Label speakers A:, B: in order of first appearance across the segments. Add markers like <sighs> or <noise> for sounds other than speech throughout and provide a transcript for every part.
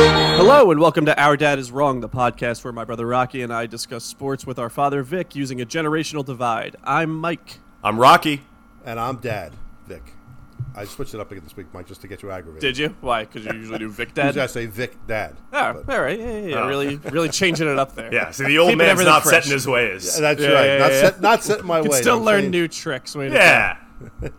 A: Hello, and welcome to Our Dad is Wrong, the podcast where my brother Rocky and I discuss sports with our father Vic using a generational divide. I'm Mike.
B: I'm Rocky.
C: And I'm Dad, Vic. I switched it up again this week, Mike, just to get you aggravated.
A: Did you? Why? Because you usually do Vic
C: Usually I
A: Dad.
C: say Vic, Dad.
A: Oh,
C: but-
A: all right. Yeah, yeah, yeah.
B: Oh.
A: Really, really changing it up there.
B: Yeah, see, the old
A: Keeping
B: man's
A: everything
B: not
A: fresh.
B: setting his ways. Yeah,
C: That's
A: Yeah,
C: right.
A: yeah,
C: not,
A: yeah.
C: Set, not setting my
A: Can
C: way.
A: still
C: I'm
A: learn
C: saying,
A: new tricks. Way to go.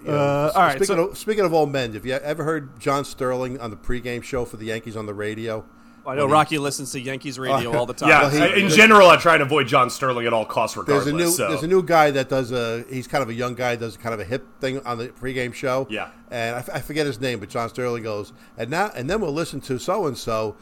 C: you know,
A: Uh, all right,
C: Speaking,
A: so-
C: of, speaking of old men, have you ever heard John Sterling on the pregame show for the Yankees on the radio?
A: I know Rocky listens to Yankees radio
C: <laughs>
A: all the time.
B: yeah.
C: Well, Oh, he-
B: I- in general, I try and avoid John Sterling at all costs, regardless.
C: There's a new
B: so.
C: there's a new guy that does a he's kind of a young guy does kind of a hip thing on the pregame show.
B: Yeah.
C: and I, f- I forget his name, but John Sterling goes and now and then we'll listen to so and so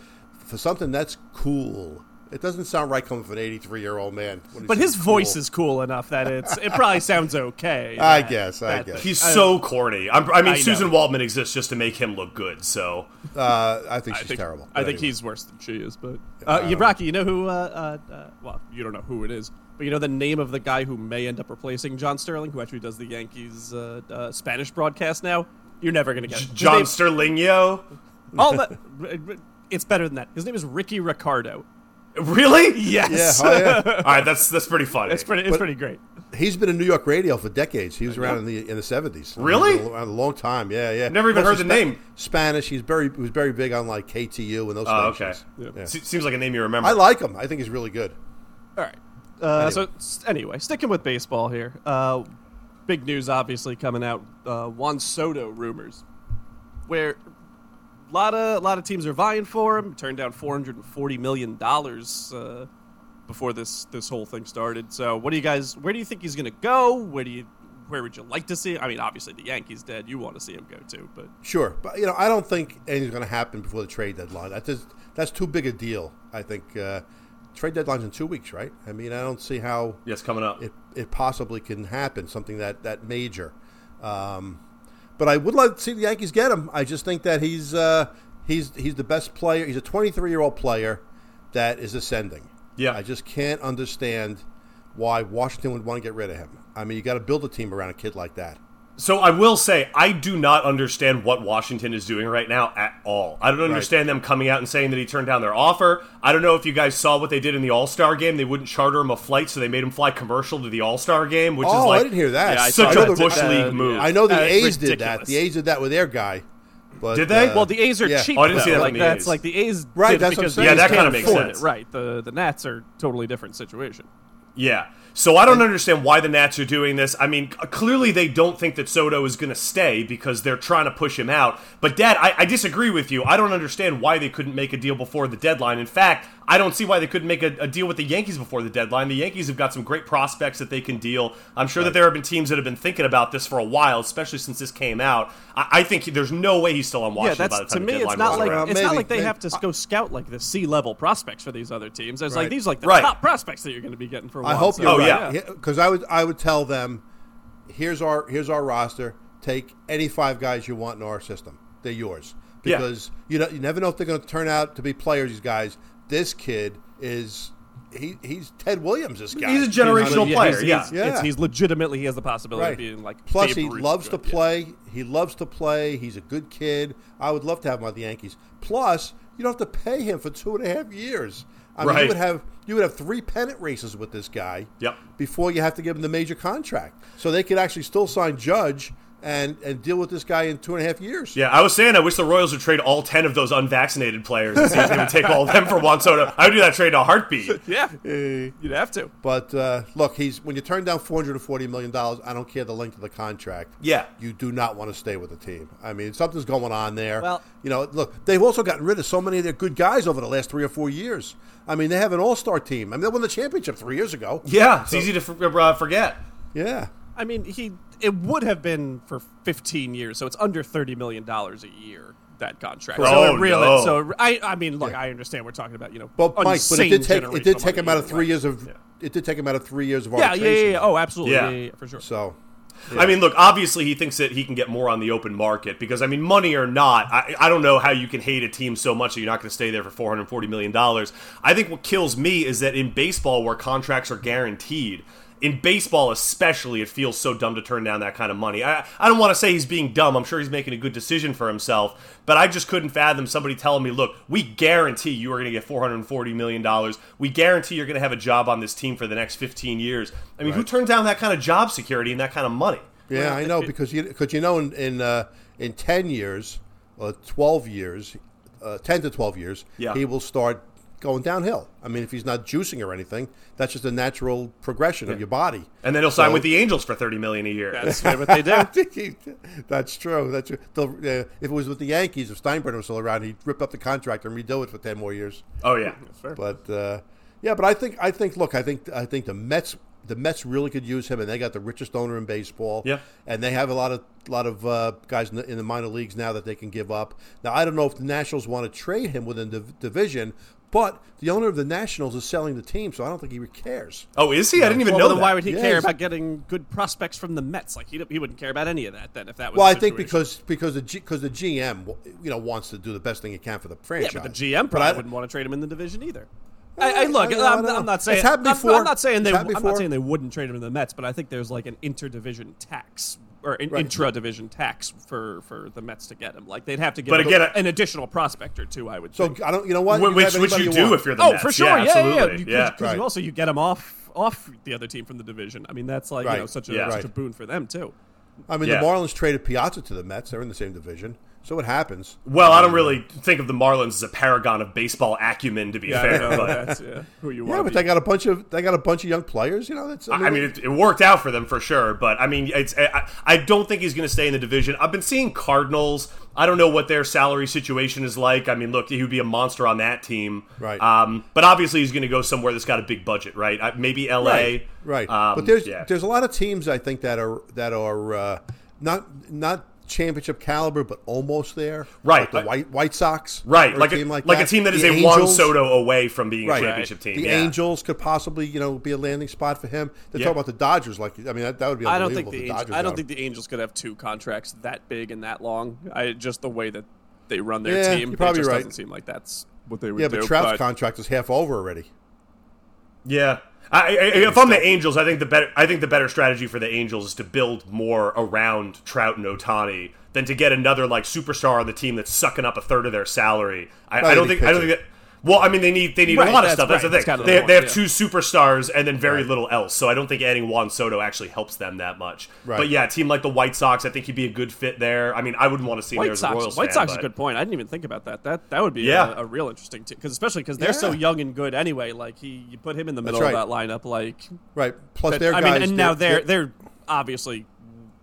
C: for something that's cool. It doesn't sound right coming from an 83 year old man. when he
A: But
C: says
A: his voice
C: cool.
A: is cool enough that it's it probably sounds okay.
C: I
A: That-
C: guess, I
A: that-
C: guess.
B: He's so corny. I'm, I mean,
A: I know.
B: Susan Waldman exists just to make him look good. So
C: Uh, I think
A: I
C: she's
A: think,
C: terrible.
A: I
C: But
A: think
C: anyway. Um,
A: he's worse than she is. But uh, you- Rocky, you know who? Uh, uh, uh, well, you don't know who it is, but you know the name of the guy who may end up replacing John Sterling, who actually does the Yankees uh, uh, Spanish broadcast now. You're never gonna get it. His
B: John
A: name-
B: Sterlingio,
A: all
C: <laughs>
A: that. It's better than that. His name is Ricky Ricardo.
B: really?
C: Yeah,
A: Yes,
B: <laughs>
C: oh, yeah.
B: all right, that's that's pretty
A: <laughs>
B: funny.
A: it's pretty. It's pretty great.
C: he's been in New York radio for decades. He was around in the in the seventies.
B: Really?
C: a long time. Yeah, yeah.
B: Never even
C: Also
B: heard the name.
C: Spanish. He's very he was very big on like KTU and those.
B: Oh, okay.
C: stations. Yeah.
B: Se- Seems like a name you remember.
C: I like him. I think he's really good.
A: All right. Uh, So s- anyway, sticking with baseball here. Uh, big news, obviously, coming out. Uh, Juan Soto rumors, where a lot of lot of teams are vying for him. Turned down four hundred and forty million dollars uh, before this this whole thing started. So, what do you guys? Where do you think he's going to go? Where do you? Where would you like to see? Him? I mean, obviously, the Yankees dead. You want to see him go too, but
C: Sure, but you know, I don't think anything's going to happen before the trade deadline. That's just, that's too big a deal. I think uh, trade deadline's in two weeks, right? I mean, I don't see how
B: yes, coming up.
C: it, it possibly can happen, something that, that major. Um, but I would like to see the Yankees get him. I just think that he's uh, he's he's the best player. He's a 23 year old player that is ascending.
B: Yeah.
C: I just can't understand why Washington would want to get rid of him. I mean, you got to build a team around a kid like that.
B: So I will say I do not understand what Washington is doing right now at all. I don't understand them coming out and saying that he turned down their offer. I don't know if you guys saw what they did in the All Star game. They wouldn't charter him a flight, so they made him fly commercial to the All Star game, which is
C: Oh,
B: like
C: I didn't hear that.
A: Yeah, I
B: such
A: saw
B: a
A: that.
B: bush
A: Uh,
B: league move.
C: I know the
A: Uh,
C: A's did that.
A: ridiculous.
C: The A's did that with their guy. But,
B: Did they?
C: uh,
A: well, the A's are
C: yeah.
A: cheap.
B: Oh, I didn't see
A: though.
B: that
A: Like,
B: from the
A: that's
B: A's.
A: like the A's,
C: Right,
A: did it
C: that's what I'm
A: because
C: saying.
A: the
C: Yeah,
A: A's
C: that
A: can't
B: kinda makes
A: afford
B: sense.
A: It. Right, the the Nats are totally different situation.
B: Yeah. So I don't understand why the Nats are doing this. I mean, c- clearly they don't think that Soto is going to stay because they're trying to push him out. But, Dad, I, I disagree with you. I don't understand why they couldn't make a deal before the deadline. In fact, I don't see why they couldn't make a, a deal with the Yankees before the deadline. The Yankees have got some great prospects that they can deal. I'm sure that there have been teams that have been thinking about this for a while, especially since this came out. I, I think he- there's no way he's still on Washington
A: yeah,
B: by the
A: that's to
B: time the
A: me.
B: deadline
A: It's not
B: rolls
A: like
B: around.
A: it's not
C: Maybe,
A: like they
C: maybe.
A: have to go scout like the sea level prospects for these other teams. It's like
C: Right.
A: these are like the
B: Right.
A: top prospects that you're going to be getting for.
C: I
A: Juan
C: hope
A: Soto.
B: Oh,
C: you're right.
B: yeah.
C: Because I would I would tell them, here's our here's our roster. Take any five guys you want in our system. They're yours
B: Yeah.
C: because you know you never know if they're going to turn out to be players. These guys. This kid is he he's Ted Williams. This guy.
B: He's a generational
A: He's-
B: player.
A: He's,
B: yeah.
A: he's, it's-
C: Yeah.
A: he's legitimately he has the possibility of being like.
C: Plus,
A: Babe
C: he
A: Ruth
C: loves to
A: good, yeah.
C: play. He loves to play. He's a good kid. I would love to have him on the Yankees. Plus, you don't have to pay him for two and a half years. I mean,
B: Right.
C: you would have you would have three pennant races with this guy.
B: Yep.
C: Before you have to give him the major contract, so they could actually still sign Judge and and deal with this guy in two and a half years.
B: Yeah, I was saying I wish the Royals would trade all ten of those unvaccinated players and see if they would take all of them for Juan Soto. I would do that trade in a heartbeat.
A: <laughs> Yeah, you'd have to.
C: But uh, look, he's when you turn down four hundred and forty million dollars. I don't care the length of the contract.
B: Yeah.
C: you do not want to stay with the team. I mean, something's going on there.
A: Well-
C: you know, look, they've also gotten rid of so many of their good guys over the last three or four years. I mean, they have an all-star team. I mean, they won the championship three years ago.
B: Yeah, it's easy to for, uh, forget.
C: Yeah.
A: I mean, he it would have been for 15 years, so it's under 30 million dollars a year that contract.
B: Oh,
A: so it really,
B: no.
A: so I, I mean, look, I understand we're talking about you know,
C: But Mike, but it
A: insane
C: did take it did
A: generational
C: take him
A: money
C: out of
A: either
C: three
A: way.
C: years of it did take him out of three years of
A: Yeah, yeah, yeah,
C: arbitration.
A: yeah. Oh, absolutely,
B: Yeah.
A: yeah, yeah, yeah, for sure.
C: So
B: I mean, look, obviously he thinks that he can get more on the open market because, I mean, money or not, I, I don't know how you can hate a team so much that you're not going to stay there for $440 million. I think what kills me is that in baseball, where contracts are guaranteed, in baseball especially it feels so dumb to turn down that kind of money i, I don't want to say he's being dumb i'm sure he's making a good decision for himself but i just couldn't fathom somebody telling me look we guarantee you are going to get $440 million we guarantee you're going to have a job on this team for the next 15 years i mean who turns down that kind of job security and that kind of money
C: Yeah, I know because you because you know in in, uh, in ten years or twelve years, uh, ten to twelve years,
B: Yeah.
C: he will start going downhill. I mean, if he's not juicing or anything, that's just the natural progression of your body. <laughs>
B: and then he'll sign
C: So-
B: with the angels for 30 million a year
A: That's what <laughs> they do.
C: that's true. That's true. They'll, uh, if it was with the Yankees, if Steinbrenner was still around, he'd rip up the contract and redo it for ten more years.
B: oh yeah
C: But uh, yeah, but I think I think look, I think I think the Mets the Mets really could use him, and they got the richest owner in baseball.
B: Yeah.
C: and they have a lot of lot of uh, guys in the, in the minor leagues now that they can give up. Now I don't know if the Nationals want to trade him within the division, but the owner of the Nationals is selling the team, so I don't think he cares.
B: oh is he i didn't even
A: Well,
B: know
A: then
B: that.
A: why would he
C: Yeah,
A: care
C: he's-
A: about getting good prospects from the Mets? Like he, he wouldn't care about any of that then if that was.
C: Well, I
A: the
C: think
A: situation.
C: because because the because the GM you know wants to do the best thing he can for the
A: yeah,
C: franchise.
A: but the GM
C: But
A: probably
C: I-
A: wouldn't want to trade him in the division either. I, I look,
C: I don't- I
A: I'm,
C: don't
A: I'm
C: know.
A: not saying
C: It's happened
A: I'm- I'm,
C: before.
A: not saying they.
C: It's happened
A: I'm not
C: before.
A: saying they wouldn't trade him in the Mets, but I think there's like an interdivision tax or an
C: Right.
A: intra-division tax for for the Mets to get him. Like they'd have to get
B: But
A: him
B: again,
A: a-
B: I-
A: an additional prospect or two. I would.
C: So
A: think.
C: I don't. You know what?
B: Wh-
C: You can
B: which
C: have
B: which
C: anybody
B: you do
C: want.
B: if you're the
A: oh,
B: Mets.
A: for sure,
B: Yeah,
A: yeah, yeah, yeah.
B: absolutely.
A: Because
B: Yeah.
C: Right.
A: you also you get them off off the other team from the division. I mean, that's like you know
C: Right.
A: such a,
B: Yeah.
A: such a
C: Right.
A: boon for them too.
C: I mean,
B: Yeah.
C: the Marlins traded Piazza to the Mets. They're in the same division, so it happens.
B: Well, I don't really think of the Marlins as a paragon of baseball acumen, to be
A: Yeah, I
B: fair.
A: know
B: but
A: that's yeah, who you
C: Yeah,
A: want.
C: but they got a bunch of they got a bunch of young players. You know, that's
B: I mean, it, it worked out for them for sure. But I mean, it's I, I don't think he's going to stay in the division. I've been seeing Cardinals. I don't know what their salary situation is like. I mean, look, he would be a monster on that team,
C: Right.
B: Um, but obviously, he's going to go somewhere that's got a big budget, right? Uh, Maybe L.A.
C: right.
B: Um,
C: but there's
B: yeah.
C: there's a lot of teams I think that are that are uh, not not championship caliber, but almost there.
B: Right.
C: like the White White Sox,
B: right,
C: or
B: like a,
C: team
B: like,
C: like
B: a team that is
C: The
B: a Juan
C: Angels.
B: Soto away from being
C: Right.
B: a championship team.
C: The
B: yeah.
C: Angels could possibly, you know, be a landing spot for him. They're
B: Yeah.
C: talking about the Dodgers. Like, I mean, that, that would be
A: I
C: unbelievable.
A: don't think the,
C: if
A: Angels,
C: Dodgers
A: I don't
C: got him.
A: think the Angels could have two contracts that big and that long. I just the way that they run their
C: Yeah,
A: team.
C: you're
A: it
C: probably
A: just
C: right.
A: Doesn't seem like that's what they would
C: yeah,
A: do.
C: but Trout's contract is half over already.
B: Yeah. I, I, if I'm the Angels, I think the better I think the better strategy for the Angels is to build more around Trout and Otani than to get another like superstar on the team that's sucking up a third of their salary. I,
C: Not
B: I don't
C: any
B: think I don't
C: pitcher.
B: think that. Well, I mean, they need they need
A: Right,
B: a lot of
A: that's
B: stuff. That's
A: right,
B: the thing.
A: that's kind of
B: they,
A: the
B: they have
A: point,
B: two superstars and then very little else. So I don't think adding Juan Soto actually helps them that much.
C: Right.
B: But yeah, a team like the White Sox, I think he'd be a good fit there. I mean, I wouldn't want to see him there
A: White
B: as a
A: Sox.
B: Royals
A: White
B: fan,
A: Sox is
B: but-
A: a good point. I didn't even think about that. That that would be
B: Yeah.
A: a, a real interesting team because especially because they're so
C: Yeah.
A: young and good anyway. Like he, you put him in the middle
C: right.
A: of that lineup. Like
C: Right. Plus,
A: that-
C: their
A: I
C: guys.
A: mean, and now they're they're obviously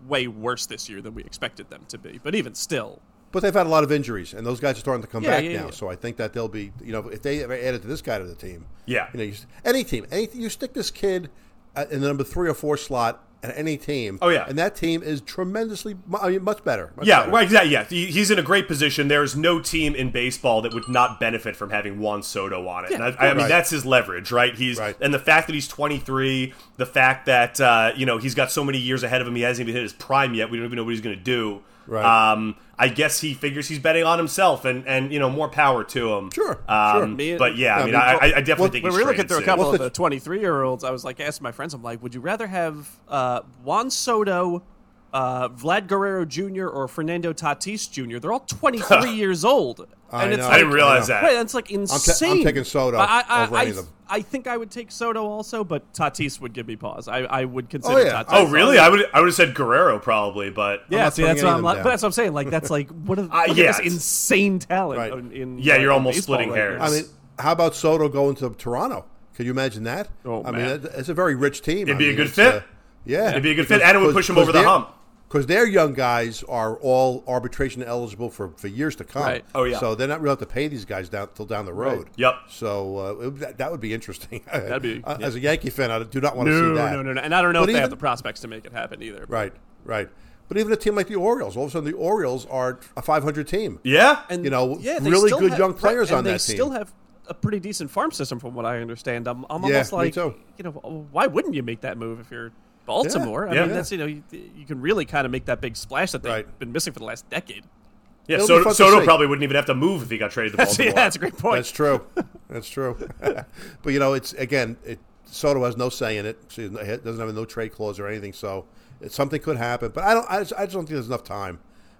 A: way worse this year than we expected them to be. But even still,
C: But they've had a lot of injuries, and those guys are starting to come
A: Yeah,
C: back
A: yeah,
C: now.
A: yeah.
C: So I think that they'll be, you know, if they ever added to this guy to the team,
B: Yeah.
C: you know, you, s- any team, any you stick this kid at, in the number three or four slot at any team.
B: Oh, yeah.
C: and that team is tremendously, mu- I mean, much better. much
B: Yeah,
C: better.
B: right. Yeah, yeah. He- He's in a great position. There is no team in baseball that would not benefit from having Juan Soto on it. and I, I mean,
C: Right.
B: that's his leverage, right? He's
C: Right.
B: and the fact that he's 23, the fact that uh, you know he's got so many years ahead of him. He hasn't even hit his prime yet. We don't even know what he's going to do.
C: Right.
B: Um, I guess he figures he's betting on himself, and and you know more power to him.
C: Sure, sure.
B: Um,
A: Me-
B: But yeah, I
C: Yeah,
B: mean,
C: I
B: I,
C: mean,
B: I, I definitely
C: well,
B: think
A: When
B: he's
A: we were looking
B: trading
A: through a
B: soon.
A: couple
C: What's
A: of the 23 year olds, I was like asking my friends, I'm like, would you rather have uh, Juan Soto, uh, Vlad Guerrero Jr., or Fernando Tatis Jr.? They're all
C: <laughs>
A: 23 years old.
C: I
A: and it's
C: know.
A: like,
B: I didn't realize
C: I know.
B: that.
A: Wait, that's like insane.
C: taking Soto
A: I, I,
C: over
A: I,
C: any of them.
A: I think I would take Soto also, but Tatis would give me pause. I, I would consider
C: Oh, yeah.
A: Tatis.
B: oh, really? I would I would have said Guerrero probably, but
A: Yeah,
C: not
A: see,
C: putting
A: that's
C: any
A: what,
C: of
A: I'm,
C: them
A: like-
C: down.
A: but that's what I'm saying. Like, that's
B: <laughs>
A: like, what a, look
B: yeah,
A: at
B: it's-
A: this insane talent.
C: Right.
A: in- in,
B: Uh, Yeah, you're
A: like,
B: almost
A: baseball
B: splitting
A: right
B: hairs.
A: now.
C: I mean, how about Soto going to Toronto? Could you imagine that?
A: Oh,
C: I
A: man.
C: mean, that- it's a very rich team. It'd
B: be a good fit.
C: uh, yeah,
B: It'd be a good fit, and it would push him over the hump.
C: Because their young guys are all arbitration eligible for, for years to come.
A: Right.
B: Oh, yeah.
C: So they're not really have to pay these guys down till down the road.
B: Yep.
C: So uh, it- that, that would be interesting. <laughs>
A: That'd be-
C: Uh, as a Yankee fan, I do not want to
A: No,
C: see that.
A: no, no, no. And I don't know
C: But
A: if they have
C: even-
A: the prospects to make it happen either.
C: Right, right. But even a team like the Orioles, all of a sudden the Orioles are a 500 team.
B: yeah,
A: and
C: you know,
A: yeah, they
C: really
A: still
C: good
A: have-
C: young players
A: right,
C: on
A: and
C: that
A: they
C: team.
A: still have a pretty decent farm system, from what I understand. I'm, I'm
C: Yeah,
A: almost
C: me
A: like,
C: too.
A: you know, why wouldn't you make that move if you're Baltimore? I
B: Yeah.
A: mean, that's you know, you, you can really kind of make that big splash that they've
C: Right.
A: been missing for the last decade. <laughs>
B: yeah.
C: It'll be
B: Soto,
C: fun to
B: Soto
C: see.
B: probably wouldn't even have to move if he got traded to
A: That's,
B: Baltimore.
A: yeah, that's a great point.
C: <laughs> That's true. That's true. but you know, it's again, it Soto has no say in it. She doesn't have a no trade clause or anything, so it, something could happen. But I don't. I just, I just don't think there's enough time.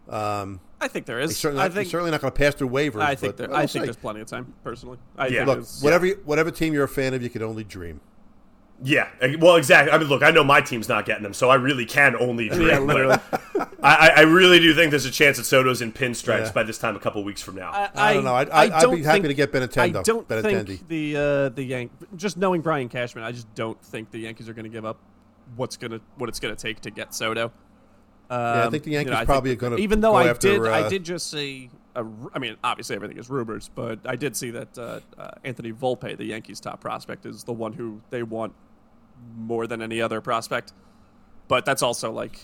C: Um,
A: I think there is.
C: he's certainly, not,
A: I think
C: he's certainly not going to pass through waivers.
A: I think
C: but
A: there.
C: we'll
A: I think
C: see.
A: there's plenty of time. Personally, I
B: Yeah.
A: think
B: Look,
C: Look,
A: it's-
C: whatever you, whatever team you're a fan of, you can only dream.
B: Yeah, eh, well, exactly. I mean, look, I know my team's not getting him, so I really can only dream.
A: Yeah, literally.
B: I, <laughs> I I really do think there's a chance that Soto's in pinstripes
C: Yeah.
B: by this time a couple weeks from now.
A: Uh,
C: I don't know. I'd- I'd- I'd be happy to get Benintendi,
A: I don't
C: Benintendi.
A: think the uh, the Yank. Just knowing Brian Cashman, I just don't think the Yankees are going to give up what's gonna what it's going to take to get Soto.
C: Yeah, I
A: Um,
C: think the
A: you know,
C: Yankees
A: I think-
C: probably are going to.
A: Even though
C: go
A: I
C: after,
A: did, I
C: uh,
A: did just see. A, ru- I mean, obviously everything is rumors, but I did see that uh, uh, Anthony Volpe, the Yankees' top prospect, is the one who they want more than any other prospect. But that's also like,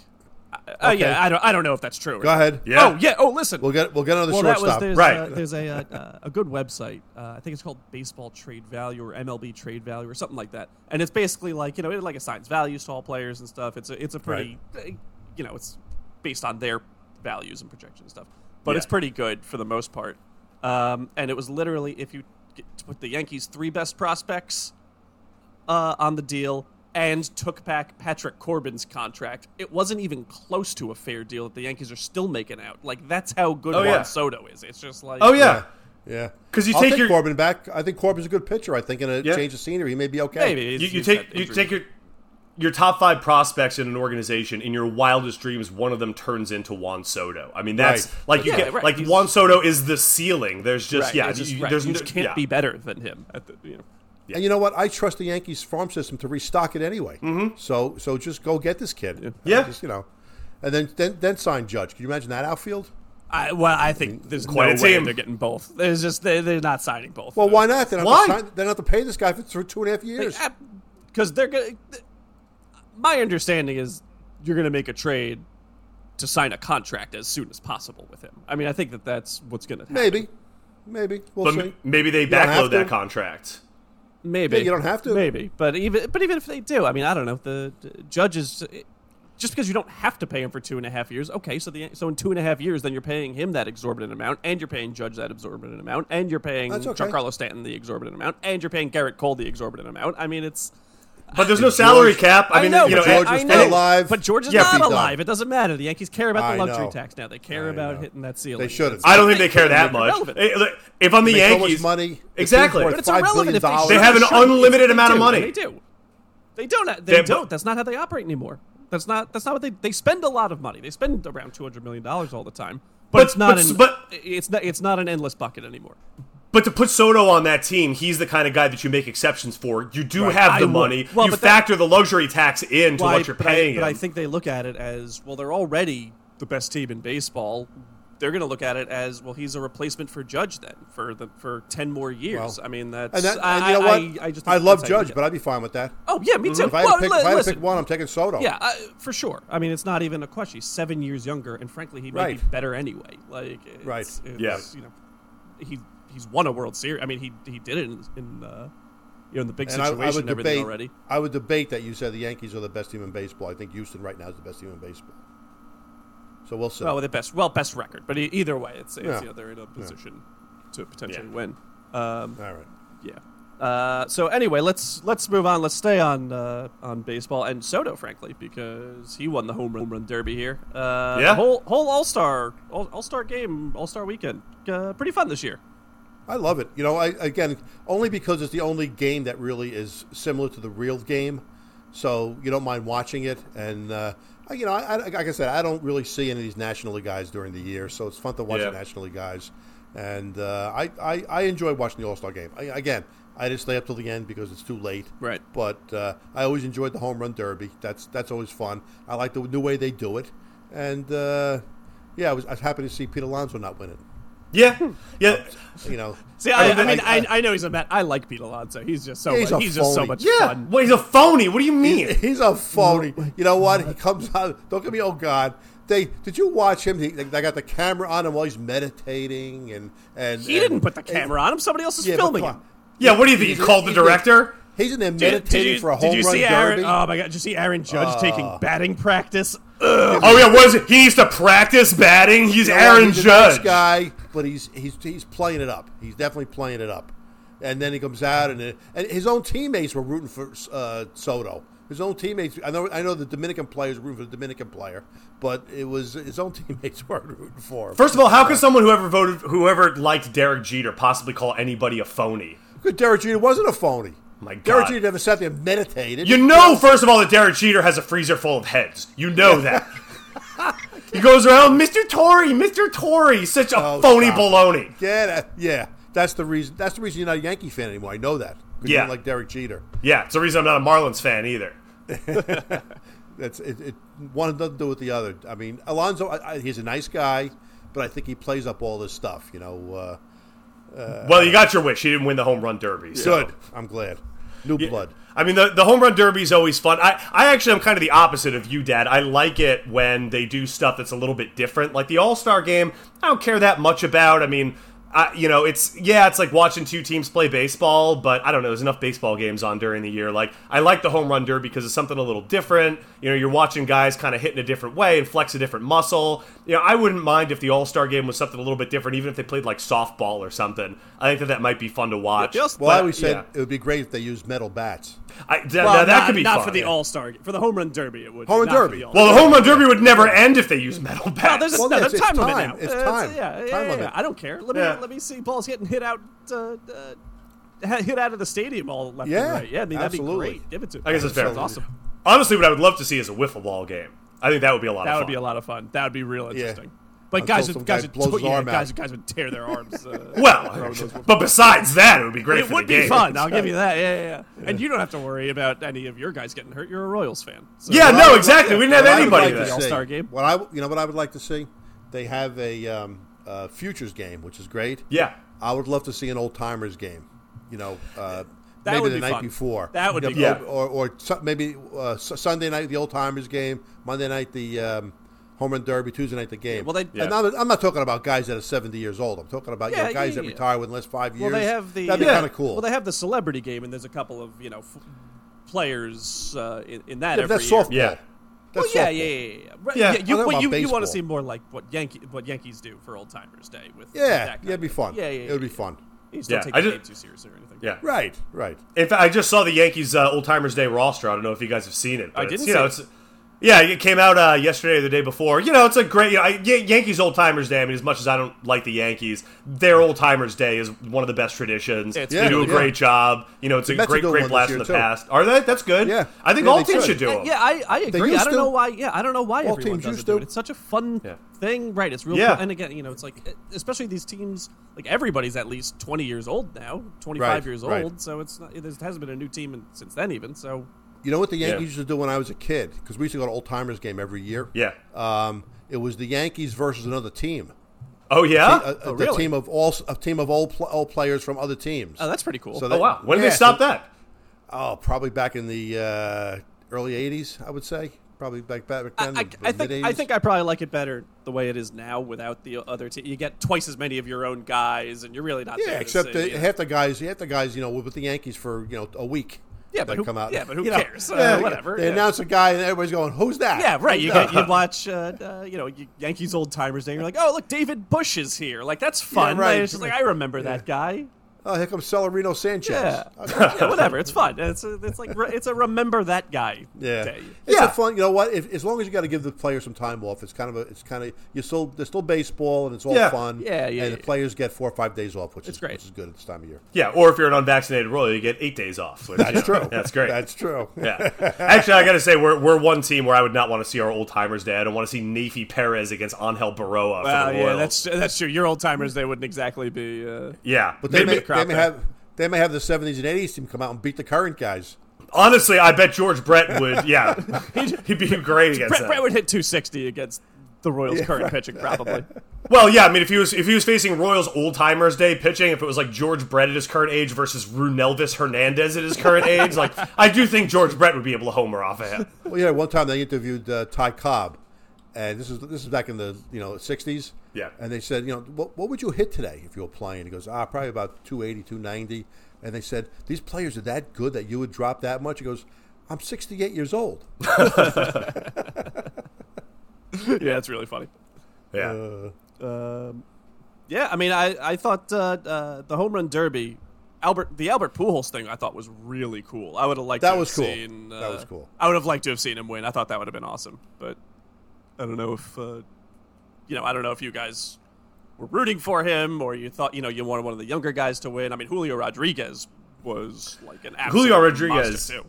A: uh, uh,
C: Okay.
A: yeah, I don't, I don't know if that's true. or
C: Go
A: not.
C: ahead.
B: Yeah.
A: Oh yeah. Oh, listen.
C: We'll get we'll get another
A: Well, that was
C: shortstop.
A: there's,
B: Right.
A: uh, there's a, uh, uh, a good website. Uh, I think it's called Baseball Trade Value or MLB Trade Value or something like that. And it's basically like you know it like assigns values to all players and stuff. It's a it's a pretty uh, you know it's based on their values and projections and stuff. But
B: Yeah.
A: it's pretty good for the most part. Um, and it was literally if you get, put the Yankees' three best prospects uh, on the deal and took back Patrick Corbin's contract. It wasn't even close to a fair deal that the Yankees are still making out. Like that's how good
B: Oh,
A: Juan
B: yeah.
A: Soto is. It's just like
B: oh yeah.
C: Yeah.
B: 'Cause you
C: I'll
B: take
C: take
B: your-
C: Corbin back. I think Corbin's a good pitcher. I think in a
B: Yeah.
C: change of scenery, he may be okay.
A: maybe
B: you,
A: he's-
B: you
A: he's
B: take
A: got
B: you
A: injuries.
B: take your your top five prospects in an organization in your wildest dreams one of them turns into Juan Soto. I mean that's
C: Right.
B: like you
A: Yeah,
B: get
A: right.
B: like
A: He's-
B: Juan Soto is the ceiling. There's just
A: Right,
B: yeah
A: it's just-
B: you-
A: right.
B: there's
A: you
B: no-
A: just can't
B: yeah.
A: be better than him. At the, you know.
C: And you know what? I trust the Yankees farm system to restock it anyway. Mm-hmm. So so just go get this kid. I
B: Yeah.
C: Just, you know, and then then then sign Judge. Can you imagine that outfield?
A: I, well, I think there's
B: Quite
A: no
B: a
A: way
B: team.
A: they're getting both. There's just they they're not signing both.
C: Well, why not? Then I
B: Why?
C: have to sign, then I have to pay this guy for th- two and a half years.
A: Because they're gonna. th- My understanding is you're gonna make a trade to sign a contract as soon as possible with him. I mean, I think that that's what's gonna happen.
C: maybe, maybe we'll
B: But
C: see.
B: m- maybe they
C: don't have
B: backload that
C: to.
B: contract.
C: <laughs>
A: Maybe
C: Yeah, you don't have to.
A: Maybe, but even but even if they do, I mean, I don't know. The, the judges, just because you don't have to pay him for two and a half years, okay. So the so in two and a half years, then you're paying him that exorbitant amount, and you're paying Judge that exorbitant amount, and you're paying
C: That's okay.
A: Giancarlo Stanton the exorbitant amount, and you're paying Garrett Cole the exorbitant amount. I mean, it's
B: But there's no salary cap. I mean,
A: know,
B: you know,
A: but
C: George
A: I
C: was
A: know,
C: still alive.
A: but George is
B: Yeah,
A: not
B: but
C: he
A: alive.
C: died.
A: It doesn't matter. The Yankees care about the
C: I
A: luxury
C: know.
A: tax now. They care
C: I
A: about
C: know.
A: hitting that ceiling.
C: They shouldn't.
B: I don't think they care that
A: Irrelevant.
B: much. Eh, look, If I'm the
C: They make so much
B: Yankees,
C: money. The team's
B: exactly.
C: worth
A: But it's
C: $5
A: irrelevant if
C: billion.
A: they,
B: They have an
A: should. They
B: unlimited
A: do.
B: amount of money.
A: They do. They don't. They
B: They-
A: don't. That's not how they operate anymore. That's not. That's not what they. They spend a lot of money. They spend around two hundred million dollars all the time. But,
B: But-
A: it's not.
B: but-
A: an,
B: but-
A: it's not. It's not an endless bucket anymore.
B: But to put Soto on that team, he's the kind of guy that you make exceptions for. You do have
A: I
B: the
A: would.
B: money.
A: Well,
B: you
A: but that-
B: factor the luxury tax into
A: Why-
B: what you're
A: but
B: paying.
A: I, but I
B: him.
A: think they look at it as well. They're already the best team in baseball. They're going to look at it as well. He's a replacement for Judge then for the for ten more years.
C: Well,
A: I mean that's.
C: And, that, and
A: I,
C: you know
A: I-
C: what?
A: I, just.
C: I
A: think
C: love
A: that's how you
C: Judge,
A: look
C: but
A: at it.
C: I'd be fine with that.
A: oh yeah, me too.
C: If I had
A: well,
C: to pick,
A: li-
C: if I had to
A: listen,
C: pick one, I'm taking Soto.
A: Yeah, uh, for sure. I mean, it's not even a question. He's seven years younger, and frankly, he may be
C: Right.
A: better anyway. Like, it's,
C: Right.
A: It's,
B: Yeah.
A: You know, he he's won a World Series. I mean, he he did it in, in uh, you know in the big
C: And I, I
A: situation
C: would
A: and everything
C: debate.
A: already.
C: I would debate that you said the Yankees are the best team in baseball. I think Houston right now is the best team in baseball. So we'll see.
A: Well, with the best, well, best record. But e- either way, it's, it's
C: Yeah.
A: you know, they're in a position to potentially win. Um,
C: All right.
A: yeah. Uh, so anyway, let's let's move on. Let's stay on uh, on baseball and Soto, frankly, because he won the home run, home run derby here. Uh,
B: Yeah.
A: whole whole All Star All Star game, All Star weekend, uh, pretty fun this year.
C: I love it. You know, I again only because it's the only game that really is similar to the real game, so you don't mind watching it. And uh, I- you know, I, I, like I said, I don't really see any of these National League guys during the year, so it's fun to watch
B: Yeah.
C: the National League guys. And uh, I, I I enjoy watching the All Star game. I, again, I didn't stay up till the end because it's too late.
A: Right.
C: But uh, I always enjoyed the home run derby. That's that's always fun. I like the new way they do it. And uh, yeah, I was, I was happy to see Pete Alonso not win it.
B: yeah, yeah.
C: You know.
A: <laughs> See, I, I,
B: I-
A: mean, I, I, know he's a Met. I like Pete Alonso. He's just so
C: He's
A: much,
C: a
A: he's just so
C: phony.
A: much
B: Yeah,
A: fun.
B: well, he's a phony. What do you mean?
C: <laughs> He's a phony. You know what? He comes out. Don't give me. Oh God! They did you watch him? He, they, they got the camera on him while he's meditating, and and
A: He didn't put the camera on him. Somebody else is filming him.
B: Yeah, what do you think? You called the director?
C: He's in there
A: Did-
C: meditating
A: did you,
C: for a
A: did
C: home
A: you
C: run
A: see Aaron,
C: derby. Uh.
A: Oh my god! Did you see Aaron Judge taking batting practice? Ugh.
B: Oh yeah, what is it? He needs to practice batting. He's
C: You know what?
B: Aaron
C: he's a nice
B: Judge.
C: guy, but he's he's he's playing it up. He's definitely playing it up. and then he comes out and it, and his own teammates were rooting for uh, Soto. His own teammates. I know. I know the Dominican players were rooting for the Dominican player, but it was his own <laughs> teammates weren't rooting for him.
B: First of all, how can someone whoever voted, whoever liked Derek Jeter, possibly call anybody a phony?
C: Good, Derek Jeter wasn't a phony.
B: My God.
C: Derek Jeter never sat there and meditated.
B: You know, first of all, that Derek Jeter has a freezer full of heads. You know that.
C: <laughs>
B: he goes around, Mr. Tory, Mr. Tory, such a
C: Oh,
B: phony
C: stop it.
B: baloney.
C: Yeah, that- yeah. That's the reason. That's the reason you're not a Yankee fan anymore. I know that. 'Cause you
B: Yeah.
C: don't like Derek Jeter.
B: Yeah, it's the reason I'm not a Marlins fan either.
C: That's it, it. One doesn't do with the other. I mean, Alonzo. I, I, he's a nice guy, but I think he plays up all this stuff. You know. Uh,
B: well, you got your wish. You didn't win the home run derby. So.
C: Good. I'm glad. New blood.
B: I mean, the, the home run derby is always fun. I, I actually am kind of the opposite of you, Dad. I like it when they do stuff that's a little bit different. Like the All Star game, I don't care that much about. I mean, I, you know, it's, yeah, it's like watching two teams play baseball, but I don't know, there's enough baseball games on during the year. Like, I like the home run derby because it's something a little different. You know, you're watching guys kind of hit in a different way and flex a different muscle. You know, I wouldn't mind if the All Star game was something a little bit different, even if they played like softball or something. I think that that might be fun to watch.
A: Just
C: Well, I always said
B: yeah.
C: it would be great if they used metal bats.
B: I, th-
A: well,
B: now that
A: not,
B: could be
A: not
B: fun.
A: for the All Star for the home run derby. It would
C: Home run
A: be, not for
C: derby.
A: the All-Star.
B: Well, the home run derby would never end if they used metal
A: No,
B: bats.
A: there's a,
C: Well,
A: no,
C: yes,
A: there's
C: it's
A: time limit
C: time.
A: now.
C: It's
A: Uh, yeah,
C: time.
A: yeah,
C: Time
A: yeah,
C: limit.
A: I don't care. Let me
B: Yeah.
A: let me see balls hitting hit out uh, uh, ha- hit out of the stadium all left
C: Yeah,
A: and right. Yeah, I mean
C: absolutely.
A: that'd be great. Give it to.
B: I guess it's fair.
A: That's awesome.
B: Honestly, what I would love to see is a wiffle ball game. I think that would be a lot
A: That
B: of
A: would
B: fun.
A: be a lot of fun. That would be real interesting. But
C: Until
A: guys,
C: some
A: would, guys,
C: guy
A: would, <laughs>
C: blows his
A: yeah,
C: arm out.
A: guys, guys would tear their arms.
C: <laughs>
A: Uh,
B: well, <laughs> but besides that, it would be great
A: it
B: for
A: would
B: the
A: be
B: game.
A: fun. I'll give you that. Yeah, yeah, yeah. And you don't have to worry about any of your guys getting hurt. You're a Royals fan. So
B: Yeah,
C: What I
B: no,
C: would
B: exactly.
C: like-
B: We didn't have
C: what I would
B: anybody
C: like
B: there.
C: to
A: All-Star
C: see-
A: game.
C: What I you know what I would like to see? They have a um, uh, futures game, which is great.
B: Yeah.
C: I would love to see an old timers game. You know, uh,
A: That
C: maybe
A: would
C: the
A: be
C: night
A: fun.
C: before.
A: That would
C: You
A: be
C: know,
B: cool.
C: Or or, su- maybe uh, su- Sunday night the old timers game, Monday night the um, home run derby, Tuesday night the game.
A: well, they-
B: Yeah.
C: And I'm, I'm not talking about guys that are 70 years old. I'm talking about you
A: Yeah,
C: know, guys
A: yeah,
C: that
A: yeah.
C: retire within the last five
A: Well,
C: years.
A: they have the
C: that'd be
A: yeah.
C: kind of cool.
A: Well, they have the celebrity game, and there's a couple of you know f- players uh, in, in that
C: yeah, but
A: every
C: that's
A: year.
C: softball.
B: Yeah.
A: Well,
C: That's
A: yeah,
C: softball.
A: yeah, yeah, yeah. Right, yeah.
B: Yeah.
C: I'm talking
A: you,
C: about
A: what you, you want to
C: baseball.
A: see more like what Yankee what Yankees do for Old Timers Day with with
C: Yeah,
A: that kind
C: yeah, it'd be
A: of-
C: fun.
A: Yeah, yeah, yeah.
C: it'd be fun.
A: You just don't
B: Yeah,
A: take
B: I
A: the
B: ju-
A: game too seriously or anything.
B: Yeah.
C: Right, right.
B: In fact, I just saw the Yankees uh, Old Timers Day roster. I don't know if you guys have seen it. but
A: I
B: it's,
A: didn't
B: you know,
A: see
B: it's, Yeah, it came out uh, yesterday or the day before. You know, it's a great. You know, I, Yan- Yankees Old Timers Day. I mean, as much as I don't like the Yankees, their Old Timers Day is one of the best traditions.
A: It's
B: they do a
A: really
B: great
C: good.
B: job. You know, it's a
C: Mets are
B: great,
C: doing
B: great
C: one
B: blast
C: this
B: from the
C: year, too.
B: past. Are they? That's good.
C: Yeah.
B: I think
C: Yeah,
B: all
C: they
B: teams
C: should.
B: should do
A: Yeah,
B: them.
A: yeah, I, I agree. I
C: used
A: don't
C: to.
A: know why. Yeah, I don't know why everyone
C: teams
A: doesn't
C: used
A: do it.
C: to.
A: It's such a fun
B: Yeah.
A: thing, right? It's real.
B: Yeah.
A: And again, you know, it's like especially these teams. Like everybody's at least twenty years old now, twenty five
C: Right,
A: years
C: right.
A: old. So it's not, it hasn't been a new team in, since then, even. So
C: You know what the Yankees
B: Yeah.
C: used to do when I was a kid? Because we used to go to old timers game every year.
B: Yeah.
C: Um, it was the Yankees versus another team,
B: Oh yeah.
C: a, a-
A: Oh,
C: the
A: really?
C: team of all a team of old, pl- old players from other teams.
A: oh, that's pretty cool.
C: So
B: oh wow. When did
C: yeah,
B: they stop
C: so-
B: that?
C: Oh, probably back in the uh, early '80s, I would say. Probably back back
A: I,
C: then.
A: I,
C: the
A: I think I
C: mid-80s.
A: think I probably like it better the way it is now without the other team. You get twice as many of your own guys, and you're really not.
C: Yeah,
A: there to
C: except
A: see,
C: that
A: you know.
C: half the guys, half the guys, you know, were with the Yankees for you know a week.
A: Yeah, but
C: They
A: who-
C: come out.
A: yeah, but who
C: You know,
A: cares? Uh,
C: yeah,
A: whatever,
C: They
A: yeah.
C: announce a guy, and everybody's going, "Who's that?"
A: Yeah, right. You
C: Who's that?
A: get, you watch, uh, uh, you know, y- Yankees old timers day. You're like, oh, look, David Bush is here. Like that's fun.
C: right.
A: Like, it's just like I remember that guy.
C: Oh, here comes Celerino Sanchez.
A: Yeah.
C: Okay.
A: yeah, whatever. It's fun. It's a, it's like re- it's a remember that guy.
C: Yeah,
A: Day.
C: it's
B: Yeah.
C: a fun. You know what? If, as long as you got to give the players some time off, it's kind of a. It's kind of you're still there's still baseball and it's all
B: Yeah.
C: fun.
A: Yeah, yeah,
C: And the
A: yeah.
C: players get four or five days off, which is
A: great.
C: Which is good at this time of year.
B: Yeah, or if you're an unvaccinated royal, you get eight days off. Which,
C: That's
B: you know,
C: true.
B: That's great.
A: <laughs>
C: That's true.
B: yeah. Actually, I got to say, we're, we're one team where I would not want to see our old timers day. I don't want to see Nafi Perez against Angel
A: Well,
B: Baroa. for the
A: Uh, yeah,
B: Royals.
A: that's that's true. Your old timers day wouldn't exactly be. Uh,
B: yeah.
C: But they
B: Maybe-
C: may, they
A: crop
C: may
A: there.
C: have they may have the seventies and eighties team come out and beat the current guys.
B: honestly, I bet George Brett would.
A: <laughs>
B: Yeah, he'd be great against
A: Brett,
B: that.
A: Brett would hit 260 against the Royals' current pitching, probably.
B: Well, yeah, I mean, if he was if he was facing Royals old timers day pitching, if it was like George Brett at his current age versus Runelvis Hernandez at
A: <laughs>
B: his current age, like I do think George Brett would be able to homer off of him.
C: Well, yeah. One time they interviewed uh, Ty Cobb, and this is this is back in the you know sixties.
B: Yeah.
C: And they said, you know, what, what would you hit today if you were playing? He goes, ah, probably about 280, 290. And they said, these players are that good that you would drop that much. He goes, I'm 68 years old.
A: Um, yeah, it's really funny.
B: Yeah.
A: Yeah, I mean, I I thought uh, uh, the home uh, run derby Albert, the Albert Pujols thing, I thought was really cool. I would have liked
C: That
A: to
C: was
A: have
C: cool.
A: seen.
C: That
A: uh,
C: was cool.
A: I would have liked to have seen him win. I thought that would have been awesome, but I don't know if uh, you know. I don't know if you guys were rooting for him or you thought you know you wanted one of the younger guys to win. I mean, Julio Rodriguez was like an absolute
B: Julio Rodriguez.
A: monster, too.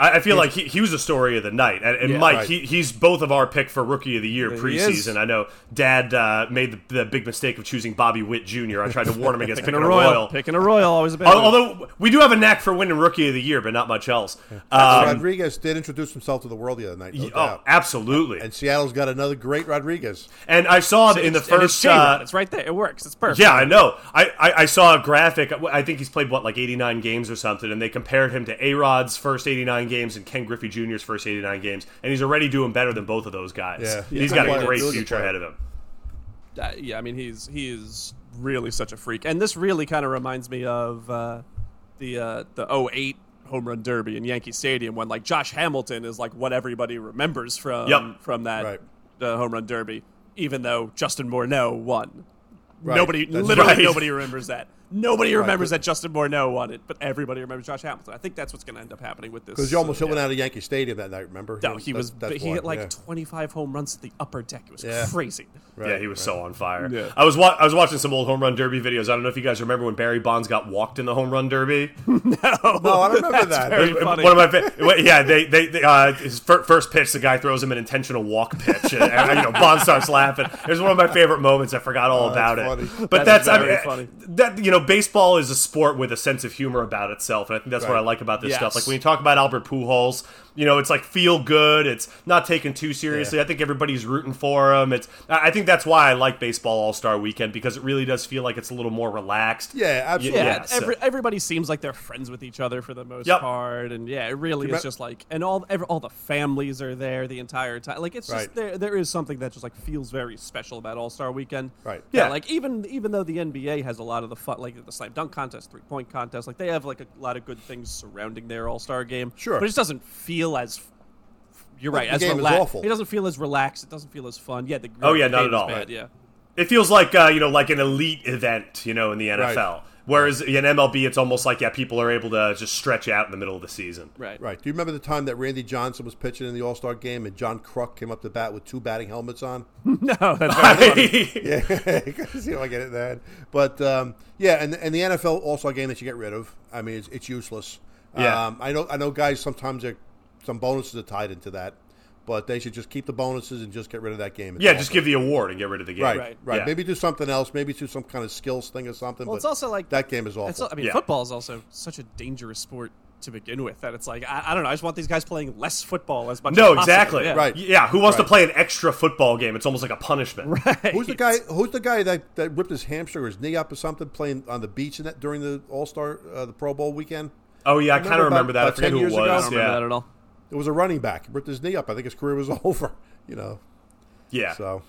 B: I, I feel like he, he was a story of the night. And, and
A: Yeah.
B: Mike,
C: Right.
B: he, he's both of our pick for Rookie of the Year
A: he
B: preseason.
A: is.
B: I know Dad uh, made the, the big mistake of choosing Bobby Witt Jr. I tried to warn
A: <laughs>
B: him against picking
A: Picking a royal, picking a royal, always a bad.
B: Al- Although we do have a knack for winning Rookie of the Year, but not much else. Um,
C: Rodriguez did introduce himself to the world the other night, no
B: oh,
C: doubt.
B: absolutely.
C: And Seattle's got another great Rodriguez.
B: And I saw in the
A: And it's
B: first.
A: J-Rod.
B: uh,
A: it's right there. It works. It's perfect.
B: Yeah, I know. I, I, I saw a graphic. I think he's played, what, like 89 games or something, and they compared him to A Rod's first 89 games and Ken Griffey Jr.'s first 89 games, and he's already doing better than both of those guys.
C: Yeah.
B: He's
C: Yeah.
B: got
C: Really
B: a great
C: good
B: future
C: player.
B: ahead of him.
A: uh, yeah, I mean he's he is really such a freak, and this really kind of reminds me of uh, the uh, the 08 home run derby in Yankee Stadium when like Josh Hamilton is like what everybody remembers from
B: Yep.
A: from that
C: Right.
A: uh, home run derby, even though Justin Morneau won.
C: Right.
A: Nobody,
C: That's
A: literally
B: right.
A: nobody remembers that. Nobody remembers that Justin Morneau won it, but everybody remembers Josh Hamilton. I think that's what's going to end up happening with this.
C: Because you almost
A: uh,
C: hit one out of Yankee Stadium that night, remember?
A: No, he
C: That-
A: was.
C: that's
A: he
C: why,
A: hit like
C: yeah.
A: 25 home runs to the upper deck. It was
C: Yeah.
A: crazy. <laughs>
C: Right,
B: yeah, he was so on fire.
A: Yeah.
B: I was wa- I was watching some old home run derby videos. I don't know if you guys remember when Barry Bonds got walked in the home run derby.
C: No, I don't remember
A: That's
C: that.
A: very-
B: It was
A: funny.
B: One of my fa- well, yeah, they they, they uh, his fir- first pitch, the guy throws him an intentional walk pitch, and, and, you know Bond starts laughing. It was one of my favorite moments. I forgot all about
C: Oh, that's funny.
B: it, but
A: That is
B: that's, I
A: very
B: mean,
A: funny.
B: that you know baseball is a sport with a sense of humor about itself, and I think that's what I
C: Right.
B: like about this
A: Yes.
B: stuff. Like when you talk about Albert Pujols, you know it's like feel good. It's not taken too seriously. I think everybody's rooting for him. It's I I think that's why I like baseball All Star Weekend because it really does feel like it's a little more relaxed.
C: Yeah, absolutely.
A: Yeah,
B: Yeah, so-
A: every, everybody seems like they're friends with each other for the most
B: Yep.
A: part, and yeah, it really is
C: bet.
A: just like, and all every, all the families are there the entire time. Like it's
C: Right.
A: just there there is something that just like feels very special about All Star Weekend.
C: Right.
A: Yeah,
B: Yeah.
A: Like even even though the NBA has a lot of the fun, like the slam dunk contest, three point contest, like they have like a lot of good things surrounding their All Star game.
C: Sure.
A: But it just doesn't feel as you're right.
C: the
A: as
C: game is
A: relaxed.
C: awful.
A: It doesn't feel as relaxed. It doesn't feel as fun. Yeah. The
B: Oh, yeah,
A: the
B: not
A: game
B: at
A: is
B: all.
A: bad,
B: Right.
A: Yeah.
B: It feels like uh, you know, like an elite event, you know, in the NFL.
C: Right.
B: Whereas in MLB, it's almost like yeah, people are able to just stretch out in the middle of the season. <laughs>
A: Right.
C: Right. Do you remember the time that Randy Johnson was pitching in the All Star game and John Kruk came up to bat with two batting helmets on?
A: <laughs>
C: <laughs>
A: No, that's
C: Yeah, see if I get it then. But um, yeah, and and the NFL All Star game that you get rid of, I mean, it's, it's useless.
B: Yeah.
C: Um, I know, I know, guys. Sometimes are, some bonuses are tied into that, but they should just keep the bonuses and just get rid of that game. It's
B: yeah,
C: awful.
B: just give the award and get rid of the game.
C: right,
A: Right.
C: right.
B: Yeah.
C: Maybe do something else. Maybe do some kind of skills thing or something.
A: Well,
C: but
A: it's also like-
C: that game is awful.
A: It's, I mean,
B: Yeah.
A: football is also such a dangerous sport to begin with that it's like I, I don't know. I just want these guys playing less football as much. as
B: No,
A: possible.
B: exactly.
A: Yeah. <laughs>
C: Right.
B: Yeah. Who wants to
C: Right.
B: play an extra football game? It's almost like a punishment.
C: Who's the guy? Who's the guy that, that ripped his hamstring or his knee up or something playing on the beach in that, during the All Star uh, the Pro Bowl weekend?
B: Oh yeah, I kind of remember
C: Remember about-
B: that. I forget
C: about 10
B: who it
C: years ago? I
A: I
B: was.
A: don't remember that
B: Yeah.
A: at all.
C: It was a running back. He ripped his knee up. I think his career was <laughs> over. You know,
B: Yeah.
C: so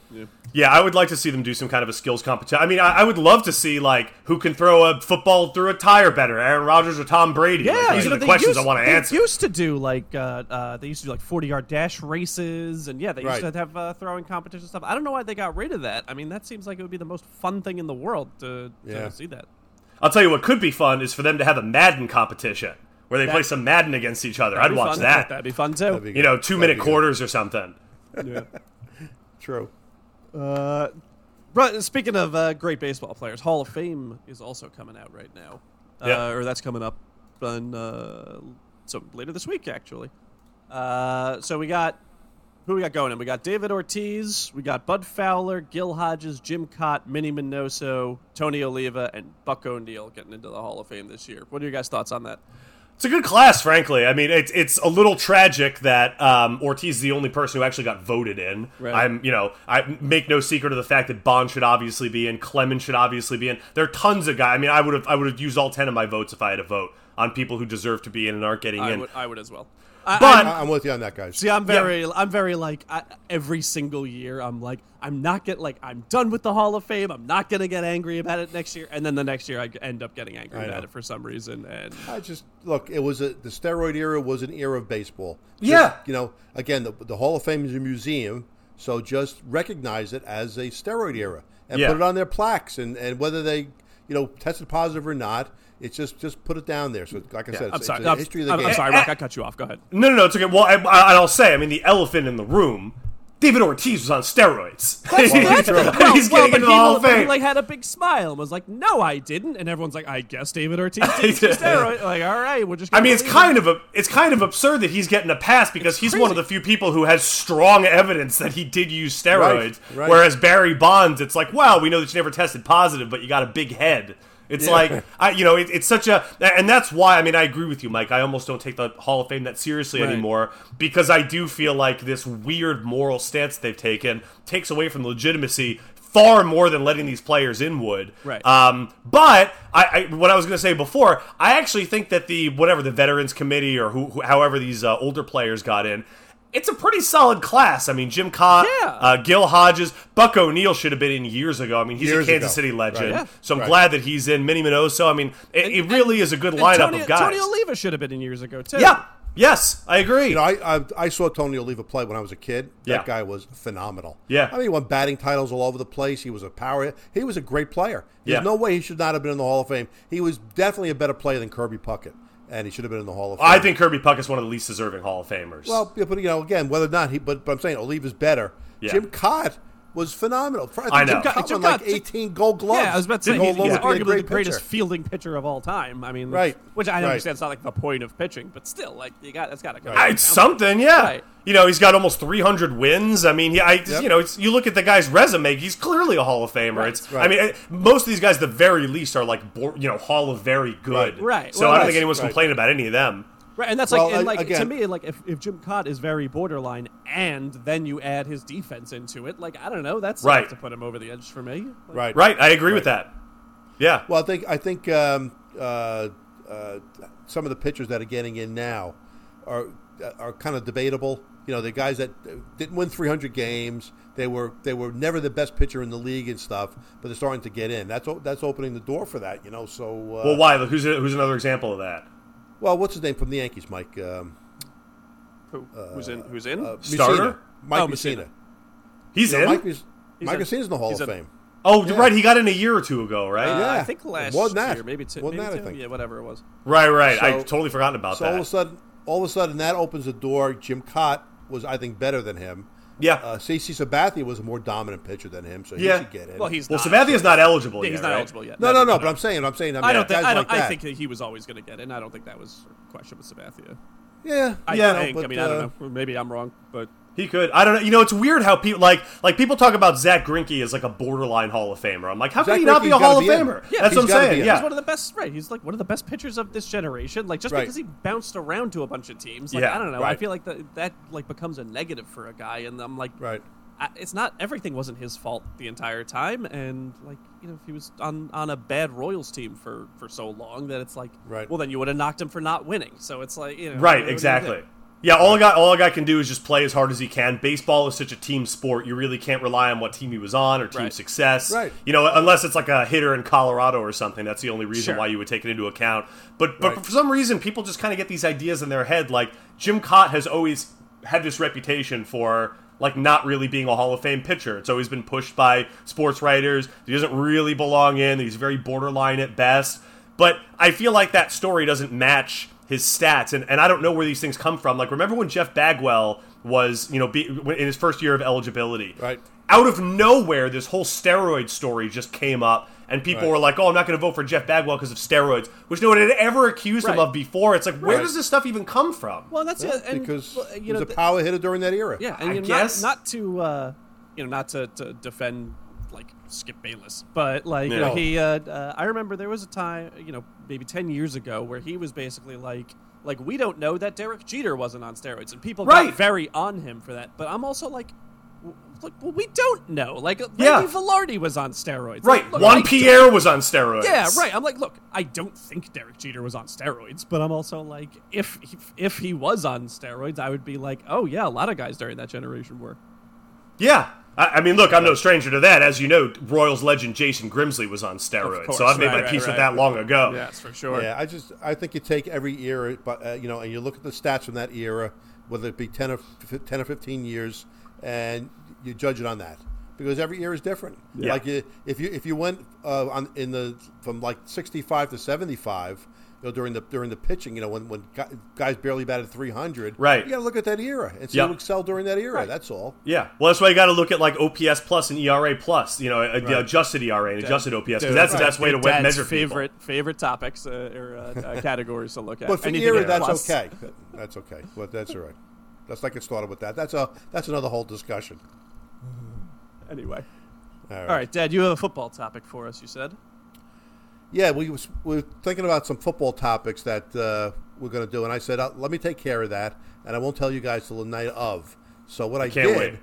B: Yeah, I would like to see them do some kind of a skills competition. I mean, I, I would love to see like who can throw a football through a tire better, Aaron Rodgers or Tom Brady. Like,
A: Yeah,
B: these
A: you
B: are
A: know,
B: the
A: they
B: questions
A: used,
B: I want to
A: they
B: answer.
A: Used to do like uh, uh, they used to do like forty yard dash races, and yeah, they used
C: Right.
A: to have uh, throwing competition stuff. I don't know why they got rid of that. I mean, that seems like it would be the most fun thing in the world to, to
C: Yeah.
A: see that.
B: I'll tell you what could be fun is for them to have a Madden competition where they
A: That-
B: play some Madden against each other.
A: That'd
B: I'd
A: be
B: watch
A: fun.
B: that.
A: That'd be fun too.
C: that'd be
B: You know,
C: good.
B: two
C: That'd
B: minute
C: be good.
B: quarters or something.
C: True.
A: Uh, but speaking of uh, great baseball players, Hall of Fame is also coming out right now. Uh,
B: Yeah.
A: Or that's coming up on, uh, so later this week, actually. Uh, so we got, who we got going in? We got David Ortiz, we got Bud Fowler, Gil Hodges, Jim Cott, Minnie Minoso, Tony Oliva, and Buck O'Neill getting into the Hall of Fame this year. What are your guys' thoughts on that?
B: It's a good class, frankly. I mean, it's it's a little tragic that um, Ortiz is the only person who actually got voted in.
A: Right.
B: I'm, you know, I make no secret of the fact that Bond should obviously be in, Clemens should obviously be in. There are tons of guys. I mean, I would have I would have used all ten of my votes if I had a vote on people who deserve to be in and aren't getting
A: I
B: in.
A: would, I would as well. I-
B: But
C: I- I'm with you on that, guys.
A: See, I'm very, I'm very like I, every single year. I'm like, I'm not get like, I'm done with the Hall of Fame. I'm not gonna get angry about it next year. And then the next year, I end up getting angry
C: I
A: about
C: know.
A: it for some reason. And
C: I just look. It was a the steroid era was an era of baseball. Just,
B: Yeah.
C: you know, again, the, the Hall of Fame is a museum, so just recognize it as a steroid era and
B: Yeah.
C: put it on their plaques, and and whether they you know tested positive or not, It's just just put it down there. So like I said,
A: I'm
C: it's,
A: sorry.
C: it's a
A: I'm,
C: history of the
A: I'm-
C: game.
A: I'm sorry, Rock. I
B: <laughs>
A: cut you off. Go ahead.
B: No, no, no. It's okay. Well, I, I, I'll say. I mean, the elephant in the room. David Ortiz was on steroids.
A: That's
B: <laughs> he's
A: the- well,
B: getting
A: well,
B: into
A: but
B: the
A: he,
B: Hall of
A: but he,
B: Fame.
A: like had a big smile and was like, "No, I didn't," and everyone's like, "I guess David
B: <laughs>
A: Ortiz did
B: did.
A: steroid." Like, all right, we're just.
B: I mean, it's kind of a, it's kind of absurd that he's getting a pass because he's one of the few people who has strong evidence that he did use steroids.
C: Right, right.
B: Whereas Barry Bonds, it's like, wow, we know that you never tested positive, but you got a big head. It's like, I, you know, it, it's such a, and that's why. I mean, I agree with you, Mike. I almost don't take the Hall of Fame that seriously
A: Right.
B: anymore because I do feel like this weird moral stance they've taken takes away from the legitimacy. Far more than letting these players in would.
A: Right.
B: Um, but I, I, what I was going to say before, I actually think that the whatever the veterans committee or who, who however these uh, older players got in, it's a pretty solid class. I mean, Jim Cott,
A: Yeah.
B: uh, Gil Hodges, Buck O'Neill should have been in years ago. I mean, he's
C: Years
B: a Kansas
C: ago.
B: City legend,
C: Right. Yeah.
B: so I'm
C: Right.
B: glad that he's in. Minnie Minoso. I mean, it, it really is a good lineup
A: Tony,
B: of guys.
A: Tony Oliva should have been in years ago too.
B: yeah. Yes, I agree.
C: You know, I, I I saw Tony Oliva play when I was a kid. That
B: Yeah.
C: guy was phenomenal.
B: Yeah.
C: I mean, he won batting titles all over the place. He was a power. He was a great player. There's
B: Yeah.
C: no way he should not have been in the Hall of Fame. He was definitely a better player than Kirby Puckett, and he should have been in the Hall of Fame.
B: I think Kirby Puck is one of the least deserving Hall of Famers.
C: Well, yeah, but you know, again, whether or not he, but, but I'm saying Oliva's better.
B: Yeah.
C: Jim Cott was phenomenal. Fr-
B: I know.
C: Jim Cott,
A: Jim
C: won like
A: Cott-
C: 18 Gold Gloves.
A: Yeah, I was about to say
C: Go
A: he's,
C: along
A: he's
C: with being a
A: arguably
C: great
A: the greatest
C: pitcher.
A: fielding pitcher of all time. I mean,
C: Right.
A: Which I
C: Right.
A: understand. It's not like the point of pitching, but still, like you got that's got to come.
B: I-
A: down.
B: It's something, yeah.
A: Right.
B: You know, he's got almost 300 wins. I mean, he, I,
C: Yep.
B: you know, it's, you look at the guy's resume; he's clearly a Hall of Famer. It's, I
C: Right.
B: mean, eh, most of these guys, at the very least, are like, bor- you know, Hall of Very Good.
A: Right. Right.
B: So
A: Well,
B: I don't
A: that's-
B: think anyone's
C: right.
B: complaining about any of them.
A: Right, and that's
C: Well,
A: like, and
C: I-
A: like to
C: again-
A: me, like if, if Jim Cott is very borderline, and then you add his defense into it, like I don't know, that's enough
B: Right.
A: to put him over the edge for me. Like,
C: Right.
B: Right. I agree with that. Yeah.
C: Well, I think I think um, uh, uh, some of the pitchers that are getting in now are uh, are kind of debatable. You know, the guys that didn't win 300 games, they were they were never the best pitcher in the league and stuff, but they're starting to get in. That's o- that's opening the door for that. You know, so uh,
B: Well, why? Look, Who's who's another example of that?
C: well, what's his name from the Yankees, Mike? Um,
A: Who, who's in? Who's in?
C: Uh,
B: Starter?
C: Mussina. Mike
A: Oh,
C: Messina.
A: Mussina.
B: He's in.
C: Mike, Mus- Mike
A: in.
C: Messina's in the Hall
A: He's
C: of
A: in.
C: Fame.
B: oh,
C: yeah.
B: right. He got in a year or two ago, right?
A: Uh, I
C: Yeah.
A: think last
C: More than that.
A: year, maybe two,
C: More than
A: maybe
C: that, I
A: two,
C: think.
A: yeah, whatever it was.
B: Right. Right. I
C: So-
B: totally forgotten about
C: So all of a
B: that.
C: sudden, all of a sudden, that opens the door. Jim Cott was, I think, better than him.
B: Yeah.
C: Uh, CC Sabathia was a more dominant pitcher than him, so he
B: Yeah.
C: should get in.
A: Well, he's
B: well,
A: not.
B: Sabathia's not eligible.
A: Yeah, he's
B: yet,
A: not
B: right?
A: eligible yet.
C: no, no, no. But I'm saying, I'm saying, I, mean,
A: I don't think.
C: guys
A: I don't.
C: like
A: I
C: that.
A: think that he was always going to get in. I don't think that was a question with Sabathia.
C: yeah,
A: I
C: yeah.
A: think.
C: but,
A: I mean, I
C: uh,
A: don't know. Maybe I'm wrong, but
B: He could. I don't know. You know, it's weird how people like like people talk about Zach Grinke as like a borderline Hall of Famer. I'm like, how
C: Zach
B: could he not be
C: Greinke's
B: a
C: gotta
B: Hall of
C: be in.
B: Famer?
C: Yeah,
B: That's what I'm
C: he's gotta be
B: saying.
C: in.
A: he's
B: Yeah.
A: one of the best. Right, he's like one of the best pitchers of this generation. Like just
C: Right.
A: because he bounced around to a bunch of teams, like
B: Yeah,
A: I don't know. I
B: right.
A: feel like that that like becomes a negative for a guy, and I'm like,
C: Right.
A: I, it's not everything wasn't his fault the entire time, and like you know if he was on on a bad Royals team for for so long that it's like,
C: Right.
A: well then you would have knocked him for not winning. So it's like you know, what are you
B: Right,
A: gonna
B: exactly.
A: do?
B: Yeah, all a guy all a guy can do is just play as hard as he can. Baseball is such a team sport; you really can't rely on what team he was on or team
A: Right.
B: success.
C: Right.
B: You know, unless it's like a hitter in Colorado or something. That's the only reason
A: Sure.
B: why you would take it into account. But but
C: Right.
B: for some reason, people just kind of get these ideas in their head. Like Jim Cott has always had this reputation for like not really being a Hall of Fame pitcher. It's always been pushed by sports writers. He doesn't really belong in. He's very borderline at best. But I feel like that story doesn't match his stats, and, and I don't know where these things come from. Like, remember when Jeff Bagwell was, you know, be, in his first year of eligibility?
C: Right.
B: Out of nowhere, this whole steroid story just came up, and people
C: Right.
B: were like, "Oh, I'm not going to vote for Jeff Bagwell because of steroids," which no one had ever accused him
A: Right.
B: of before. It's like, where
C: Right.
B: does this stuff even come from?
A: Well, that's it. And,
C: because
A: well,
C: he
A: you know,
C: was a
A: th-
C: power hitter during that era.
A: Yeah, and
B: I
A: you know,
B: guess.
A: not, not to uh, you know not to, to defend like Skip Bayless, but like you
B: No.
A: know, he. Uh, uh, I remember there was a time you know maybe ten years ago where he was basically like like we don't know that Derek Jeter wasn't on steroids, and people
B: Right.
A: got very on him for that. But I'm also like. w- Look, well, we don't know. Like, Randy
B: Yeah.
A: Velarde was on steroids.
B: right,
A: Like, look,
B: Juan
A: I-
B: Pierre was on steroids.
A: yeah, right. I'm like, look, I don't think Derek Jeter was on steroids, but I'm also like, if if he was on steroids, I would be like, oh yeah, a lot of guys during that generation were.
B: Yeah. I, I mean, look, I'm no stranger to that. As you know, Royals legend Jason Grimsley was on steroids,
A: course,
B: so I've made
A: right,
B: my
A: right,
B: peace with
A: right.
B: that long ago.
A: Yes, for sure.
C: Yeah, I just I think you take every era, but uh, you know, and you look at the stats from that era, whether it be ten or f- ten or fifteen years, and you judge it on that. because every year is different.
B: Yeah.
C: Like you, if you if you went uh, on in the from like sixty five to seventy five, you know during the during the pitching, you know when when gu- guys barely batted three hundred,
B: Right.
C: You got to look at that era and see
B: Yep.
C: who excelled during that era. That's all.
B: Yeah, well, that's why you got to look at like OPS plus and ERA plus. You know, uh, the adjusted ERA and adjusted OPS because
A: Dude,
B: that's the
A: right.
B: best way to
A: Your
B: wet
A: dad's
B: measure people.
A: favorite favorite topics uh, or uh, <laughs> uh, categories to look at.
C: But for
A: Anything
C: era,
A: with
C: that's
A: plus.
C: okay. That- That's okay. But that's all right. Let's not get started with that. That's a that's another whole discussion.
A: Anyway,
C: All right.
A: all right, Dad, you have a football topic for us. You said.
C: Yeah, we, was, we were thinking about some football topics that uh, we're going to do, and I said, uh, let me take care of that, and I won't tell you guys till the night of. So what I,
B: Can't
C: did,
B: wait.
C: <laughs>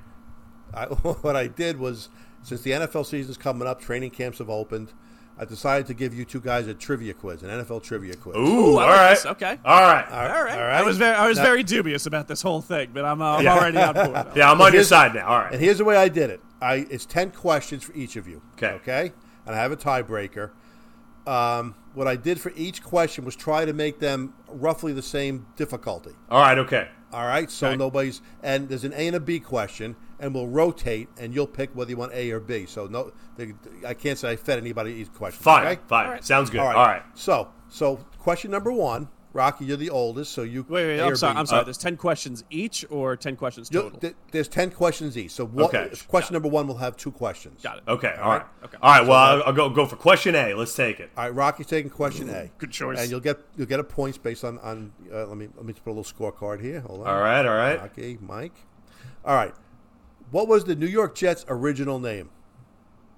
C: I, what I did was, since the NFL season's coming up, training camps have opened, I decided to give you two guys a trivia quiz, an NFL trivia quiz.
B: Ooh,
A: I
B: all
A: like
B: right,
A: this. Okay.
B: all right.
A: All right.
C: all
A: I was very, I was
C: Now-
A: very dubious about this whole thing, but I'm, uh, I'm already on board. now.
B: <laughs> Yeah, I'm on your
C: here's-
B: side now. All right.
C: And here's the way I did it. I it's ten questions for each of you.
B: 'Kay.
C: Okay. And I have a tiebreaker. Um, what I did for each question was try to make them roughly the same difficulty.
B: All right, okay.
C: All right. So
A: Okay.
C: nobody's and there's an A and a B question, and we'll rotate, and you'll pick whether you want A or B. So no, they, I can't say I fed anybody each question.
B: Fine,
C: okay?
B: fine.
A: All right.
B: Sounds good.
C: All right.
B: All right.
C: So so question number one, Rocky, you're the oldest, so you
A: Wait, wait.
C: A or
A: I'm sorry.
C: B.
A: I'm sorry. There's ten questions each, or ten questions
C: You-
A: total.
C: th- there's ten questions each. So what,
B: Okay.
C: question number one will have two questions.
A: Got it.
B: Okay. All right.
A: Okay. uh,
B: All right. Well, I'll, I'll go go for question A. Let's take it.
C: All right, Rocky's taking question A.
A: Good choice.
C: And you'll get you'll get a points based on on. Uh, let me let me just put a little scorecard here. Hold on.
B: All right. All right.
C: Rocky, Mike. All right. What was the New York Jets' original name?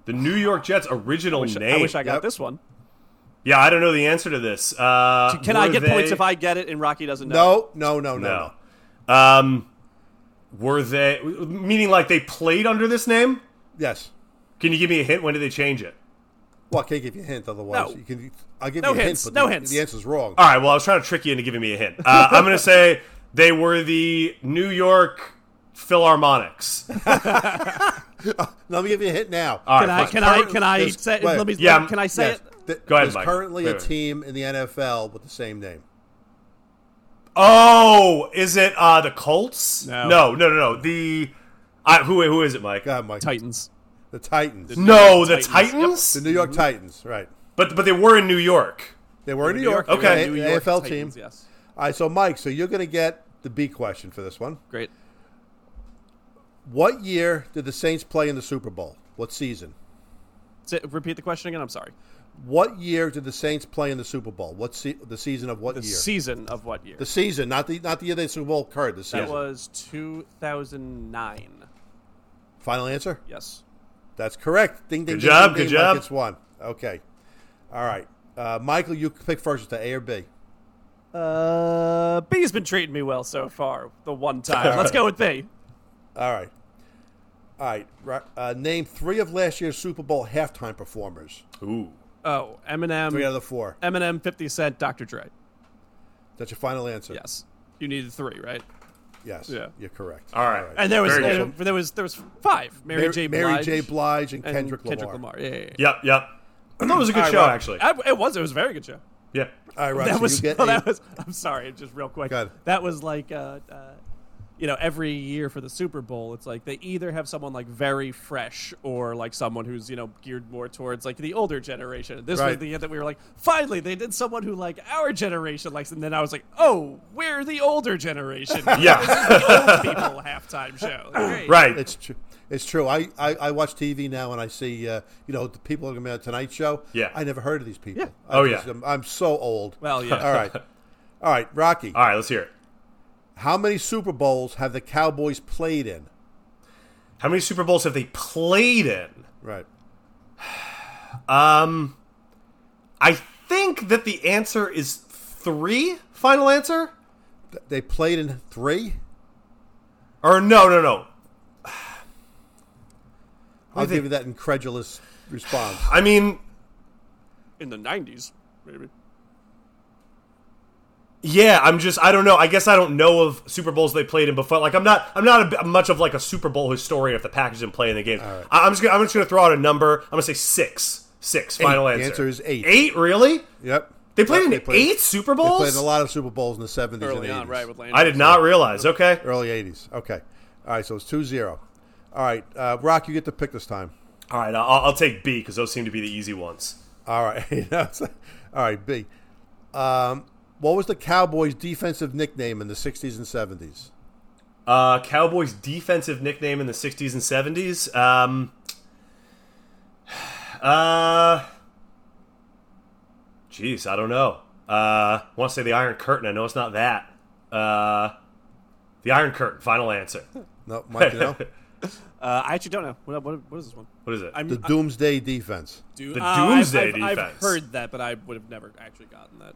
B: The New York Jets original
A: Sh-
B: name.
A: I wish I got
C: Yep.
A: this one.
B: yeah, I don't know the answer to this. Uh,
A: Can I
B: were
A: get points
B: they-
A: if I get it and Rocky doesn't know?
C: No, no, no, no.
B: No.
C: no.
B: Um, were they meaning like they played under this name?
C: Yes.
B: Can you give me a hint? When did they change it?
C: Well, I can't give you a hint. Otherwise,
A: No.
C: you can. I'll give
A: No
C: you a hint,
A: hints,
C: but
A: no
C: the,
A: hints.
C: the answer's wrong.
B: All right. Well, I was trying to trick you into giving me a hint. Uh, I'm going to <laughs> say they were the New York Philharmonics.
C: Let me give you a hint now.
B: All right.
A: Can I? Can I?
B: fine.
A: Can I
C: There's-
A: say?
C: wait.
A: Let me.
B: Yeah,
A: Can I say
C: Yes.
A: it?
C: Th-
B: Go ahead,
C: There's
B: Mike.
C: currently
B: Wait,
C: a
B: wait.
C: team in the NFL with the same name.
B: Oh, is it uh, the Colts?
A: No.
B: no, no, no. no. The I, who? Who is it, Mike?
C: God, Mike.
A: Titans.
C: The Titans.
B: No, the
A: Titans.
B: Titans.
C: The New York Titans. Right.
B: But but they were in New York.
C: They were in New, York.
B: Okay.
C: They were
A: New
C: an
A: York
C: AFL
A: Titans,
C: team.
A: Yes.
C: All right, so Mike, so you're going to get the B question for this one.
A: Great.
C: What year did the Saints play in the Super Bowl? What season?
A: Say- repeat the question again. I'm sorry.
C: What year did the Saints play in the Super Bowl? What se- the season of what
A: The
C: year?
A: season of what year?
C: the season, not the not the year the Super Bowl occurred. The
A: that
C: season.
A: was 2009.
C: Final answer.
A: Yes.
C: That's correct. Ding ding.
B: Good
C: ding,
B: job,
C: Ding,
B: good
C: ding.
B: job.
C: Mike gets one. Okay. All right, uh, Michael, you pick first. It's the A or B.
A: Uh, B's been treating me well so far. The
C: <laughs>
A: one time. Let's go with B.
C: All right. All right. Ri- Uh, name three of last year's Super Bowl halftime performers.
B: Ooh.
A: Oh,
C: Three out of
A: Eminem,
C: the four.
A: Eminem, 50 Cent, Dr. Dre.
C: That's your final answer.
A: Yes. You needed three, right?
C: Yes.
A: Yeah.
C: You're correct.
B: All right.
A: And there was
B: Very
A: there,
B: good.
A: there was there was five. Mary,
C: Mary,
A: J. Blige
C: Mary J. Blige and,
A: and
C: Kendrick, Lamar.
A: Lamar. Yeah, yeah, yeah.
B: Yep, yep. <clears throat> I thought it was a good
A: All
B: show,
A: right,
B: actually.
A: I- it was. It was a very good show.
B: yeah.
C: All right, Rob,
A: that
C: so
A: was,
C: you get
A: well,
C: a-
A: <laughs> that was I'm sorry, just real quick.
C: Go ahead.
A: That was like uh, uh, you know, every year for the Super Bowl, it's like they either have someone like very fresh or like someone who's, you know, geared more towards like the older generation. This was
C: Right.
A: the year that we were like, finally they did someone who like our generation likes and then I was like, Oh, we're the older
C: <laughs>
A: generation.
B: <laughs> Yeah.
A: Old people halftime show. Great.
B: right.
C: It's true. It's true. I, I, I watch TV now and I see uh, you know the people are going to be on Tonight Show.
B: Yeah.
C: I never heard of these people.
A: Yeah.
C: I
B: Oh,
C: just-
B: yeah.
C: I'm, I'm so old.
A: Well, yeah.
C: All right. <laughs> All right, Rocky.
B: All right, let's hear it.
C: How many Super Bowls have the Cowboys played in?
B: How many Super Bowls have they played in?
C: Right.
B: Um I think that the answer is 3. Final answer?
C: Th- They played in three.
B: Or no, no, no.
C: I'll
B: think-
C: give you that incredulous
B: <sighs>
C: response.
B: I mean,
A: In the nineties, maybe.
B: yeah, I'm just I don't know. I guess I don't know of Super Bowls they played in before. Like I'm not I'm not a, b- much of like a Super Bowl historian if the Packers didn't play in the game. I, am just gonna, I'm just going to throw out a number. I'm going to say 6. 6 final
C: Eight.
B: answer.
C: The answer is eight.
B: 8 really?
C: Yep.
B: They played
C: Yep,
B: in
C: they played-
B: eight Super
C: They
B: Bowls.
C: played in a lot of Super Bowls in the 70s
A: Early
C: and 80s.
A: on, right, with Landry.
B: I did not realize. Okay.
C: Early 80s. Okay. All right, so it's 2 0. All right, uh, Rock, you get to pick this time.
B: All right, I'll, I'll take B because those seem to be the easy ones.
C: All right, <laughs> all right, B. Um, what was the Cowboys' defensive nickname in the '60s and '70s?
B: Uh, Cowboys' defensive nickname in the '60s and '70s. Um, <sighs> uh, jeez, I don't know. Uh, I want to say the Iron Curtain. I know it's not that. Uh, the Iron Curtain. Final answer.
C: No, Mike, you know
A: Uh, I actually don't know. What, what, what is this one?
B: <laughs> What is it?
A: I'm,
C: the Doomsday Defense.
A: do-
B: the
A: oh, I've-
B: Doomsday
A: I've, I've,
B: defense.
A: heard that, but I would have never actually gotten that.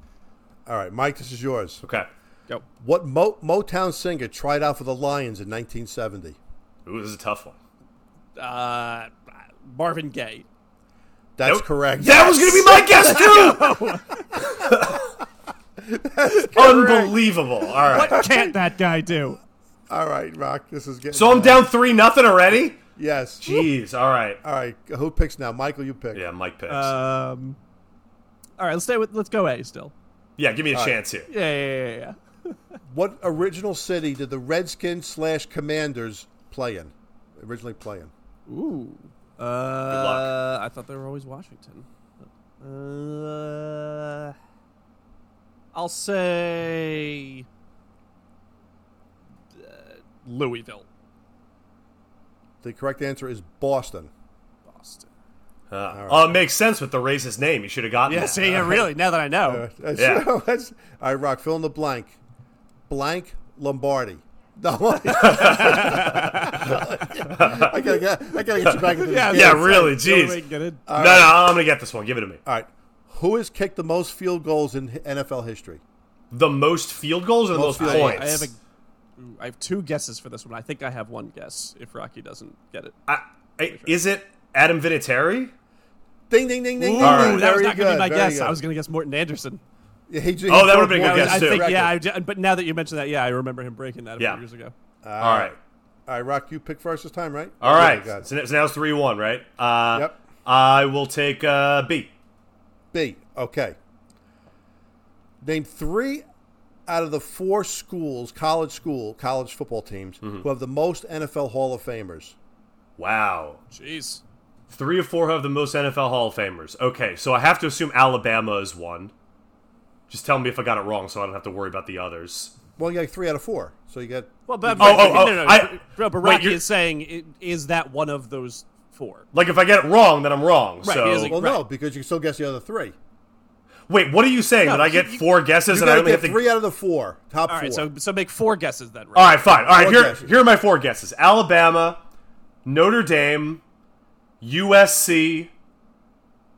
C: All right, Mike, this is yours.
B: okay.
A: Go.
C: What Mo- Motown singer tried out for the Lions in 1970?
B: Ooh, this is a tough one.
A: Uh, Marvin Gaye.
C: That's
B: Nope.
C: correct.
B: That was going to be my guess too.
C: <laughs>
B: Unbelievable. All right.
A: What can't that guy do?
C: All right, Rock, this is getting.
B: So I'm down three nothing already.
C: Yes.
B: Jeez. All right.
C: All right, who picks now? Michael, you pick.
B: Yeah, Mike picks.
C: Uh,
A: Um, all right, let's stay with. Let's go A still.
B: yeah, give me a chance here.
A: Yeah, yeah, yeah, yeah.
C: What original city did the Redskins slash Commanders play in? Originally play in.
A: yeah. Ooh. Uh, I thought they were always Washington. Uh, I'll say uh, Louisville,
C: The correct answer is Boston.
A: Boston.
B: Uh, Oh, it makes sense with the racist name. You should have gotten
A: Yeah,
B: that.
A: see, yeah, really. Now that I know, <laughs>
C: Uh, <laughs> that's-
B: Yeah.
C: that's- all right, Rock, fill in the blank. Blank Lombardi. <laughs> No, I gotta get, I gotta get you back into this game.
B: <laughs> yeah, really.
A: The only way I
B: Jeez.
A: can get it.
B: No, no, I'm gonna get this one. Give it to me.
C: All right, who has kicked the most field goals in NFL history?
B: The most field goals or the
C: Most
B: most,
C: field
B: points?
A: I have a, ooh, I have two guesses for this one. I think I have one guess. If Rocky doesn't get it,
B: I- I- is it Adam Vinatieri?
C: Ding, ding, ding, ding, ding.
B: All right.
C: ding.
A: that was
C: Very
A: not gonna
C: good,
A: be my
C: very
A: guess.
C: good.
A: I was going to guess Morton Anderson.
C: Yeah, he- he
B: Oh, that
C: broke
B: would've been a
C: more
B: good
C: than
B: guess,
A: I
B: too.
A: think,
C: record.
A: yeah, I, ju- but now that you mentioned that, yeah, I remember him breaking that a
B: Yeah.
A: few years ago.
B: All right.
C: All right, Rock, you pick first this time, right?
B: All
C: Okay,
B: right.
C: got it.
B: So, now- so now it's three one, right? Uh,
C: Yep.
B: I will take uh, B.
C: B. Okay. Name three out of the four schools, college school, college football teams,
B: Mm-hmm.
C: who have the most NFL Hall of Famers.
B: Wow.
A: Jeez.
B: Three or four have the most NFL Hall of Famers. Okay, so I have to assume Alabama is one. Just tell me if I got it wrong, so I don't have to worry about the others.
C: Well, you got three out of four, so you got.
A: Well, but,
B: Oh, oh, oh,
A: no, no, no.
B: I-
A: Bro, but
B: wait,
A: Rocky
B: you're-
A: is saying, i- is that one of those four?
B: Like if I get it wrong, then I'm wrong.
A: Right,
B: so
A: he is a-
C: Well, no, because you can still guess the other three.
B: wait, what are you saying? that I get four guesses
C: You
B: and I
C: got to
B: only
C: get
B: have to.
C: three out of the four top
A: All right,
C: four.
A: so so make four guesses then. Right?
B: All right, fine. All right,
C: Four
B: here
C: guesses.
B: here are my four guesses: Alabama, Notre Dame, USC,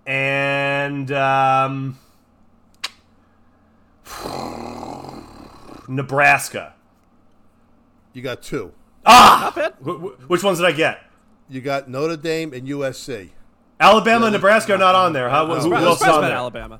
B: and um, <sighs> Nebraska.
C: you got two.
A: Not bad.
B: Wh- wh- which ones did I get?
C: You got Notre Dame and USC.
B: Alabama and Nebraska are not on there. Huh? Who, who
A: Surprise-
B: else is
A: surprise
B: on
A: about
B: there?
A: Alabama.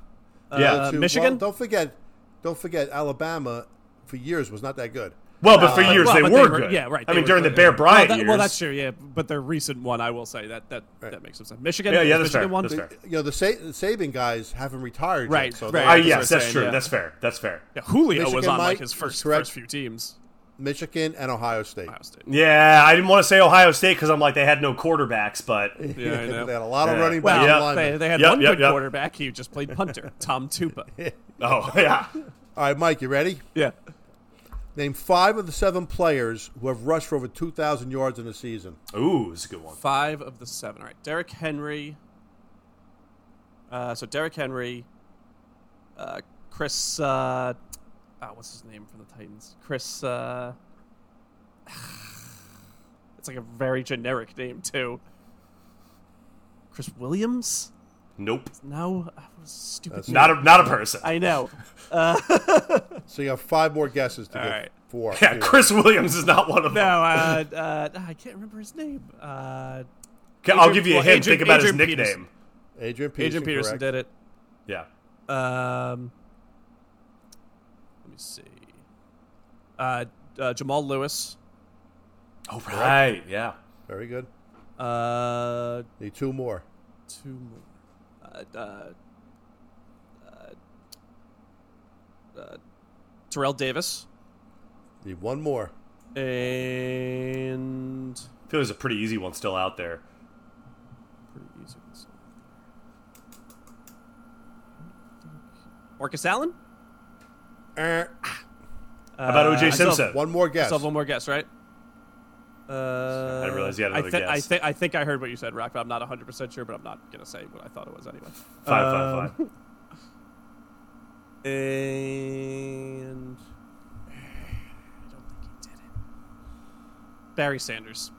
B: Yeah.
A: Uh,
C: Two-
A: Michigan?
C: well, don't forget, don't forget, Alabama for years was not that good.
B: Well, but for years
A: uh, well,
B: they,
A: but
B: were good.
A: Yeah, right.
B: I
A: they
B: mean,
A: were
B: during
A: good,
B: the Bear
A: yeah.
B: Bryant
A: well, that,
B: years.
A: well, that's true. Yeah, but the recent one, I will say that that that makes some sense. Michigan.
B: Yeah, yeah,
A: is
B: that's fair.
A: Michigan one?
B: That's fair.
C: You know, the, Sa- the Saban guys haven't retired, yet,
A: Right,
C: so
A: right.
B: Ah,
A: that's what
B: yes,
A: I'm
B: that's
A: saying,
B: true.
A: yeah.
B: That's fair. That's fair.
A: Yeah, Julio was
C: Michigan
A: on like
C: might-
A: his first
C: correct.
A: first few teams.
C: Michigan and Ohio State.
A: Ohio State.
B: Yeah, I didn't want to say Ohio State because I'm like they had no quarterbacks, but
A: <laughs> Yeah, I know.
C: they had a lot of
B: Yeah.
C: running
A: Well,
C: backs.
B: Yeah.
C: and linemen.
A: they, they had
B: Yep,
A: one
B: yep,
A: good
B: yep.
A: quarterback. He just played
C: <laughs>
A: punter, Tom Tupa.
B: oh <laughs> yeah.
C: All right, Mike, you ready?
A: Yeah.
C: Name five of the seven players who have rushed for over 2,000 yards in a season.
B: Ooh, it's a good one.
A: Five of the seven. All right. Derrick Henry. Uh, so Derrick Henry. Uh, Chris. Uh, ah, what's his name from the Titans? Chris. Uh, <sighs> it's like a very generic name, too. Chris Williams?
B: Nope.
A: No. That was a stupid name.
B: Not a not a person.
A: I know.
C: So you have five more guesses to
A: All
C: get
A: right. <laughs>
C: four.
B: <laughs> yeah,
C: four.
B: Chris Williams is not one of
A: No,
B: them.
A: uh, uh, I can't remember his name. Uh,
B: Okay, I'll
A: Adrian-
B: give you a
A: well,
B: hint.
A: Adrian-
B: Think about his
A: Adrian
B: nickname.
A: Peterson.
C: Adrian Peterson.
A: Adrian Peterson
C: correct.
A: did it.
B: Yeah.
A: Um, let me see. Uh, uh, Jamal Lewis.
B: Oh right. Yeah.
C: Very good.
A: Uh,
C: Need two more.
A: two more. Uh, uh, uh, uh, Terrell Davis.
C: Need one more.
A: And
B: I feel there's a pretty easy one still out there.
A: pretty easy one, so. Marcus Allen?
C: Er,
A: How
B: about O.J. Simpson?
C: one more guess.
A: Still have one more guess, right? Uh,
B: I didn't realize you had another
A: I thi- I,
B: guess.
A: thi- I think I heard what you said, Rock, but I'm not 100% sure, but I'm not going to say what I thought it was anyway.
B: Five, five, five.
A: <sighs> And. I don't think he did it. Barry Sanders.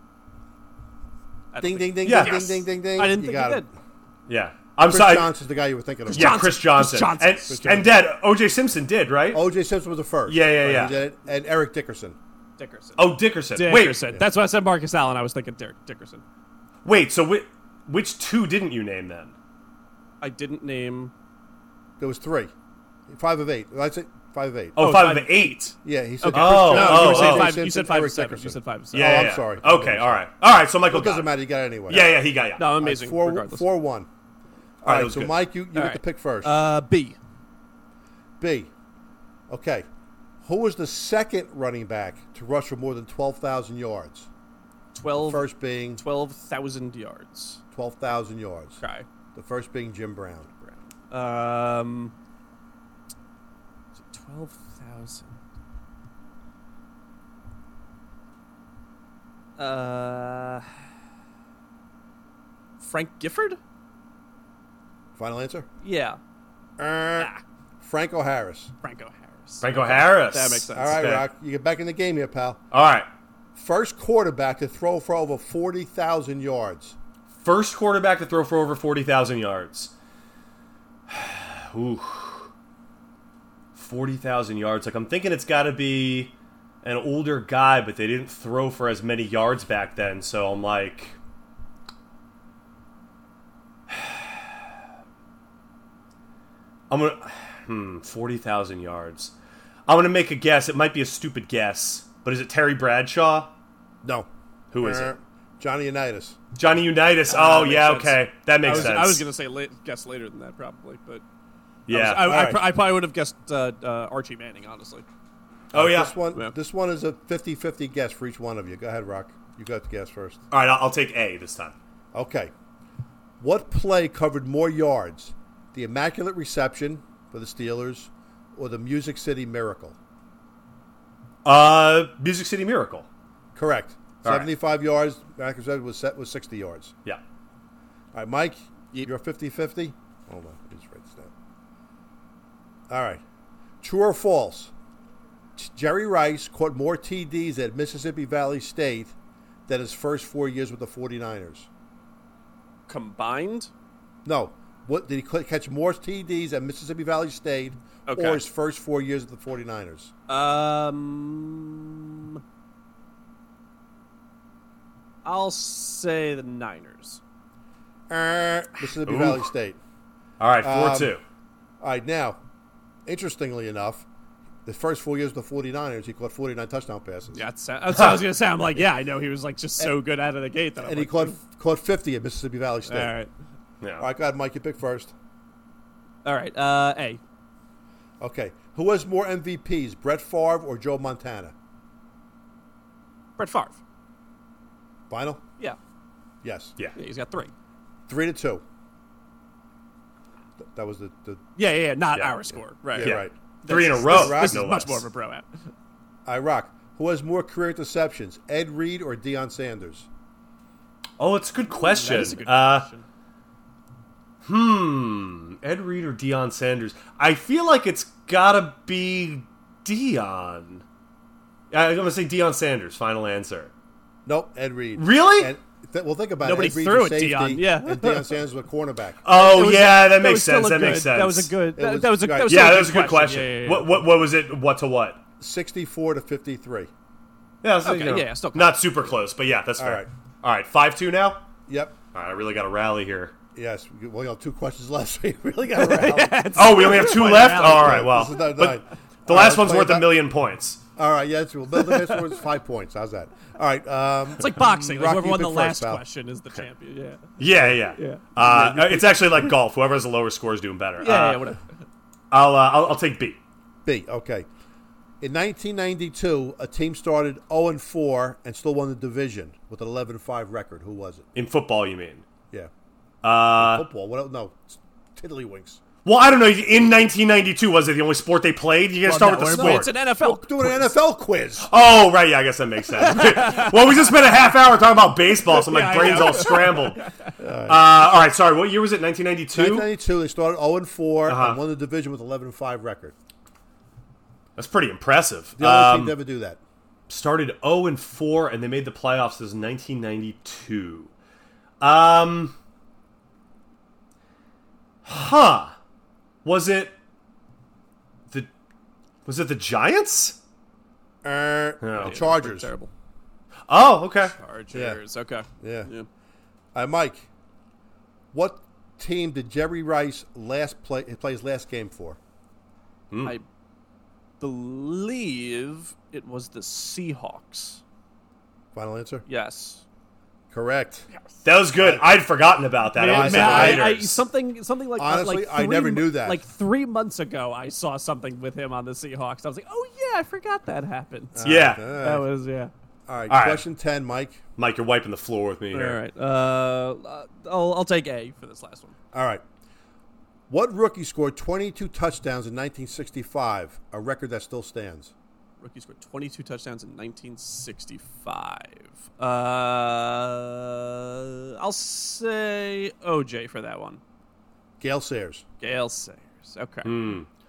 A: I don't
C: Ding
A: think-
C: ding ding
B: Yeah.
C: ding
B: Yes.
C: ding ding ding.
A: I didn't
C: you
A: think
C: got
A: he
C: it.
A: did.
B: Yeah, I'm
C: Chris
B: sorry.
C: Johnson's the guy you were thinking of.
B: Yeah, Chris Johnson.
A: Chris Johnson.
B: And,
A: Chris
B: and Dad, O.J. Simpson did right. Oh,
C: O.J. Simpson was the first.
B: Yeah, yeah,
C: Right,
B: yeah.
C: he did it. And Eric Dickerson.
A: Dickerson.
B: Oh, Dickerson.
A: Dickerson. That's why I said Marcus Allen. I was thinking Derek Dickerson.
B: Wait, wait. So which, which two didn't you name then?
A: I didn't name.
C: There was three, five of eight. I'd say five of eight.
B: Oh,
A: Oh,
B: five
A: five-
B: of the eight.
C: yeah, he said.
A: Okay.
B: Oh,
C: Chris
A: no, you,
C: Johnson,
B: oh,
A: were saying
B: oh.
C: O.J.
A: five, you
C: Simpson,
A: said five
C: Eric
A: of seven. You
C: Dickerson.
A: said five of seven.
B: Yeah,
C: Oh, I'm
B: yeah.
C: sorry.
B: Okay, all right, all right. So Michael
C: It doesn't
B: got
C: matter. You got it anyway.
B: Yeah, yeah, he got you.
A: No, I'm amazing.
C: Four,
A: regardless.
C: four one.
B: All right,
C: All
B: that
C: right,
B: was
C: so
B: good.
C: Mike, you, you
A: All
C: get
A: right.
C: to pick first.
A: Uh, B.
C: B. Okay. Who was the second running back to rush for more than 12,000 yards?
A: 12
C: First being
A: 12,000 yards.
C: 12,000 yards.
A: Okay.
C: The first being Jim Brown.
A: Um, is it 12,000? Uh, Frank Gifford?
C: Final answer?
A: Yeah. Uh,
C: Er, Franco Harris.
A: Franco Harris.
B: Franco Harris.
A: That makes sense.
C: All right,
B: bad.
C: Rock. You get back in the game here, pal.
B: All right.
C: First quarterback to throw for over 40,000 yards.
B: First quarterback to throw for over 40,000 yards. <sighs> Ooh. 40,000 yards. Like, I'm thinking it's got to be an older guy, but they didn't throw for as many yards back then. So I'm like. <sighs> I'm going to. Hmm. 40,000 yards. I'm going to make a guess. It might be a stupid guess, but is it Terry Bradshaw?
C: No.
B: Who is
C: Er,
B: it?
C: Johnny Unitas.
B: Johnny Unitas.
A: Ah,
B: Oh,
A: that makes
B: yeah,
A: sense.
B: okay.
A: I
B: That makes
A: was,
B: sense.
A: I was going to say late, guess later than that, probably, but
B: Yeah.
A: I, I,
C: Alright.
A: pr- I probably would have guessed uh, uh, Archie Manning, honestly.
B: oh yeah.
C: This one,
A: Yeah.
C: this one is a 50-50 guess for each one of you. Go ahead, Rock. You got the guess first.
B: All right, I'll, I'll take A this time.
C: Okay. What play covered more yards? The Immaculate Reception for the Steelers or the Music City Miracle?
B: Uh, Music City Miracle.
C: Correct.
B: All right.
C: 75 yards. Immaculate Reception was, set, was 60 yards.
B: Yeah.
C: All right, Mike, you're 50 50. Hold on. Let me just write this down. All right. True or false? T- Jerry Rice caught more TDs at Mississippi Valley State than his first four years with the 49ers.
A: Combined?
C: No. What did he cl- catch more TDs at Mississippi Valley State
A: Okay.
C: or his first four years at the 49ers?
A: Um, I'll say the Niners.
C: Er, Mississippi
B: Ooh.
C: Valley State.
B: All right, four
C: Um,
B: two.
C: All right, now, interestingly enough, the first four years with the 49ers, he caught 49 touchdown passes.
A: Yeah, that's, that's what I was gonna say. I'm like, yeah, I know he was like just so good out of the gate that I'm
C: And he
A: like,
C: caught, caught 50 at Mississippi Valley State.
A: all right,
B: Yeah.
C: All right, go ahead, Mike. You pick first.
A: all right. Uh, a
C: Okay. Who has more MVPs, Brett Favre or Joe Montana?
A: Brett Favre.
C: Final?
A: Yeah,
C: Yes.
B: Yeah.
A: yeah, he's got three.
C: Three to two. Th- That was the. the
A: Yeah, yeah, yeah not
B: Yeah.
A: our score, right?
C: Yeah,
B: Yeah.
C: right.
B: Three in a
A: This is-
B: row.
A: This, this
B: no
A: is much
B: less.
A: more of a bro
B: <laughs>
A: out.
C: Iraq. Who has more career interceptions, Ed Reed or Deion Sanders?
B: Oh, it's a good question.
A: That is a good
B: uh,
A: question.
B: hmm. Ed Reed or Dion Sanders? I feel like it's gotta be Dion. I'm gonna say Dion Sanders. Final answer.
C: Nope, Ed Reed.
B: Really?
C: And th- well, think about
A: Nobody
C: it. Ed Reed's
A: threw
C: a
A: it,
C: safety,
A: Deion. Yeah.
C: and Deion Sanders was a cornerback.
B: Oh
A: It was-
B: yeah, that,
A: was
B: makes
A: still
B: sense.
A: a
B: That
A: good-
B: makes sense.
A: That was a good.
C: It
A: That,
C: was-
A: that was a.
C: right.
A: That was
C: Yeah,
B: Yeah,
A: still
B: that was a good question.
A: Yeah, yeah, yeah.
B: What, what what was it? What to what?
C: Sixty-four to fifty-three.
B: Yeah, so,
A: Okay,
B: you know,
A: yeah, still close.
B: not super close, but yeah, that's fair.
C: right.
B: All right, five two now.
C: Yep.
B: All right, I really got to rally here.
C: Yes. Well, you know, two questions left, <laughs> so you really got around.
B: Oh, we only have two
A: Quite
B: left.
A: rally.
B: all right, well,
C: This is not
B: but
C: nine.
B: the
C: All right,
B: last
C: let's
B: one's
C: play
B: worth a
C: about-
B: million points.
C: All right. Yeah, that's true. But the next one's five points. How's that? All right.
A: <laughs>
C: Um,
A: It's like boxing. Like
C: Rocky,
A: whoever
C: you
A: won the
C: pick
A: last
C: first, pal.
A: question is the champion. Yeah.
B: Yeah, yeah.
A: Yeah.
B: Uh, it's actually like golf. Whoever has the lower score is doing better.
A: Yeah,
B: Uh,
A: yeah, whatever.
B: I'll, uh, I'll I'll take B.
C: B. Okay. In 1992, a team started 0 and 4 and still won the division with an 11 5 record. Who was it?
B: In football, you mean?
C: Yeah,
B: Uh,
C: football. What? el- No, it's tiddlywinks.
B: well, I don't know. In 1992, was it the only sport they played? You gotta
D: Well,
B: start
D: no,
B: with the
D: we're-
B: sport.
A: It's an NFL.
C: Doing an NFL quiz.
B: Oh, right. Yeah, I guess that makes
A: <laughs>
B: sense. well, we just spent a half hour talking about baseball, so my
A: Yeah, I
B: brain's
A: know.
B: all
C: <laughs>
B: scrambled. Uh, all right, sorry. What year was it? 1992?
C: 1992, they started 0 and 4
B: Uh-huh.
C: and won the division with 11 5 record.
B: That's pretty impressive.
C: The only
B: Um,
C: team to ever do that.
B: started 0 and 4 and they made the playoffs as 1992. Um Huh. Was it the was it the Giants?
C: Uh,
B: Oh, yeah,
C: the Chargers.
A: Terrible.
B: Oh, okay.
A: Chargers. Okay.
C: Yeah.
A: Yeah.
C: Uh, Mike, what team did Jerry Rice last play play his last game for? Hmm.
A: I believe it was the Seahawks.
C: Final answer.
A: Yes.
C: Correct.
B: That was good. I'd forgotten about that. I
A: Man,
B: was
A: man,
B: mad
A: I- I-
B: Raiders.
A: something, something like
C: Honestly,
A: like
C: I
A: three
C: never
A: mo-
C: knew that.
A: Like three months ago, I saw something with him on the Seahawks. I was like, oh yeah, I forgot that happened.
C: All
B: Yeah.
C: right.
A: that was yeah.
C: All right.
B: All right.
C: Question ten, Mike.
B: Mike, you're wiping the floor with me here.
A: All right, uh, I'll, I'll take A for this last one.
C: All right. What rookie scored 22 touchdowns in 1965, a record that still stands?
A: Rookie scored 22 touchdowns in 1965. Uh, I'll say OJ for that one.
C: Gail Sayers.
A: Gail Sayers. Okay.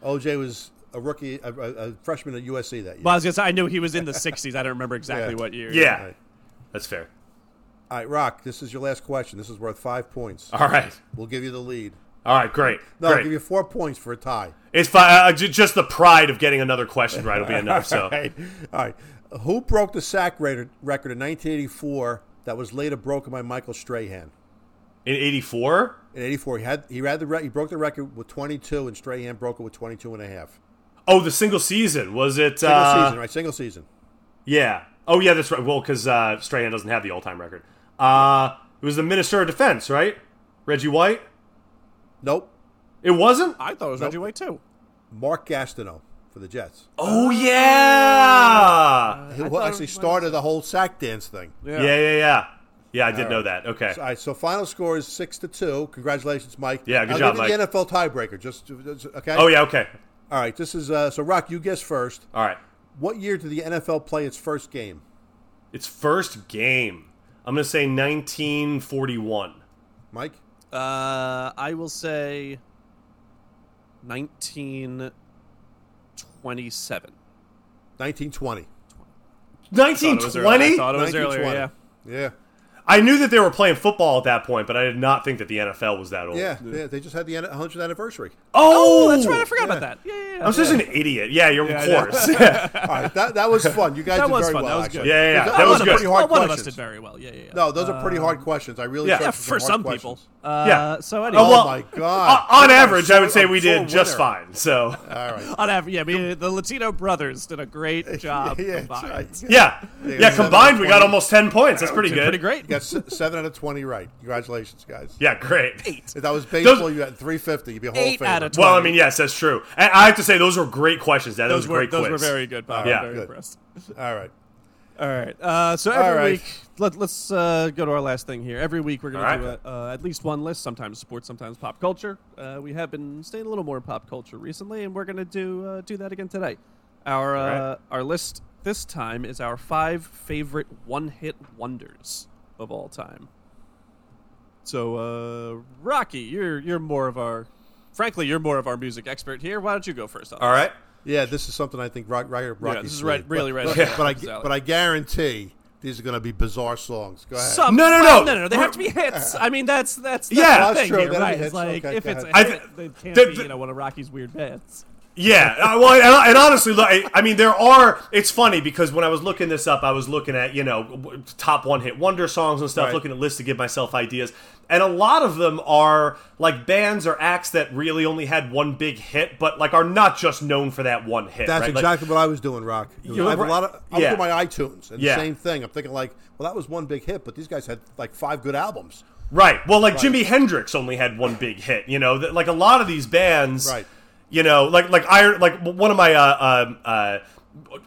C: OJ was a rookie, a, a, a freshman at USC that year.
A: Well, I was gonna say I knew he was in the 60s. I don't remember exactly
C: Yeah.
A: what year.
B: Yeah.
C: All right.
B: That's fair.
C: All right, Rock. This is your last question. This is worth five points.
A: Uh.
B: All right.
C: We'll give you the lead.
B: All right, great.
C: No, I'll
B: great.
C: give you four points for a tie.
B: it's fine. Uh, ju- just the pride of getting another question right will be enough. So,
C: <laughs> All right. All right. Who broke the sack rate- record in 1984 that was later broken by Michael Strahan?
B: in '84,
C: In 84, he had he had the re- he broke the record with 22, and Strahan broke it with 22 and a half.
B: Oh, the single season was it?
C: Single
B: uh,
C: season, right? Single season.
B: Yeah. Oh, yeah. That's right. Well, because uh, Strahan doesn't have the all-time record. Uh, it was the Minister of Defense, right? Reggie White.
C: Nope.
B: It wasn't.
A: I thought it was Reggie White too.
C: Mark Gastineau for the Jets.
B: Oh yeah.
C: Who
A: thought it
C: actually
A: was-
C: started the whole sack dance thing.
B: Yeah, yeah, yeah. Yeah, I did know that. Okay.
C: All right, Uh, so final score is six to two. Congratulations, Mike.
B: Yeah, good
C: I'll
B: job,
C: give you The NFL tiebreaker, just, just- okay.
B: Oh yeah. Okay.
C: All right, this is uh, so. Rock, you guess first.
B: All right.
C: What year did the NFL play its first game?
B: Its first game. I'm gonna say 1941.
C: Mike,
A: Uh, I will say 1927.
C: 1920.
B: 1920.
A: I thought it was earlier.
C: 1920.
A: Yeah.
C: Yeah.
B: I knew that they were playing football at that point, but I did not think that the NFL was that old.
C: Yeah, yeah, they just had the 100th anniversary.
B: Oh,
A: Oh, that's right. I forgot about that. Yeah, yeah, yeah.
B: I'm such an idiot. Yeah, you're of
A: yeah.
B: course. <laughs> Yeah.
C: All right, that, that was fun. You guys
A: That
C: did
A: was
C: very
A: fun.
C: well.
A: That was
C: actually.
A: good.
B: Yeah, yeah, yeah.
C: Those are
B: That
A: Well,
B: was
A: one
C: pretty
A: of
B: good.
A: us-
C: hard
A: well, one of us
C: questions.
A: did very well. Yeah, yeah, yeah.
C: No, those are pretty hard questions. I really
B: Yeah.
A: <laughs>
C: tried
A: Um, yeah,
C: some
A: for
C: hard
A: some
C: questions.
A: people. Uh,
B: Yeah.
A: So anyway,
B: well,
C: Oh my god!
B: O- on average, I would
C: a
B: say we
C: full
B: did just
C: winner.
B: fine. So,
C: All right.
A: on average, yeah, I mean, the Latino brothers did a <laughs> great job.
C: <laughs> Yeah, that's
A: combined.
C: right. You
B: <laughs> yeah, yeah.
C: seven
B: Combined,
C: out
B: we
C: of
B: got
C: 20.
B: almost ten points. That's pretty good.
A: Pretty great.
C: got se- seven out of twenty right. Congratulations, guys.
B: Yeah, great.
C: If that was baseball,
B: Those-
C: you had three fifty. You'd be a whole
A: Eight
C: favorite.
A: out of
B: Well, I mean, yes, that's true. And I have to say, those were great questions. That,
A: Those
B: was a
A: were
B: great.
A: those were
B: quiz.
A: very good. Bob.
B: Yeah.
A: I'm very
C: Good.
A: impressed.
C: All right.
A: All right. Uh, so every
C: All right.
A: week, let, let's uh, go to our last thing here. Every week, we're going
B: All
A: to
B: right.
A: do a, uh, at least one list, sometimes sports, sometimes pop culture. Uh, we have been staying a little more in pop culture recently, and we're going to do uh, do that again today. Our
B: right.
A: uh, our list this time is our five favorite one hit wonders of all time. So, uh, Rocky, you're you're more of our, frankly, you're more of our music expert here. Why don't you go first? On
B: All right.
C: Yeah, this is something I think Rock, Rock, Rocky.
A: this is right-
C: but-
A: really right
C: But,
A: up there. <laughs>
C: but I
A: Exactly.
C: but I guarantee these are going to be bizarre songs. Go ahead.
A: Some,
B: No, no,
A: well,
B: no.
A: no, no. They have to be hits. I mean, that's that's, that's
B: Yeah.
A: the
B: That's
A: thing
C: true,
A: here,
C: that'd be
A: right?
C: hits.
A: It's like
C: Okay,
A: if
C: go
A: it's a
C: ahead.
B: I
A: hit,
B: thi-
A: it can't
B: the-
A: be
B: the-
A: you know one of Rocky's weird bands.
B: Yeah, uh, well, and, and honestly, look, I, I mean, there are. It's funny because when I was looking this up, I was looking at you know w- top one hit wonder songs and stuff,
C: Right.
B: looking at lists to give myself ideas, and a lot of them are like bands or acts that really only had one big hit, but like are not just known for that one hit.
C: That's
B: right? Like,
C: exactly what I was doing, Rock. You know,
B: You're
C: I have a
B: right.
C: lot of. I'm
B: Yeah.
C: doing my iTunes and
B: Yeah.
C: the same thing. I'm thinking like, well, that was one big hit, but these guys had like five good albums.
B: Right. Well, like Jimi Hendrix only had one big hit. You know, That- like a lot of these bands.
C: Right.
B: You know, like like I like one of my uh, um uh,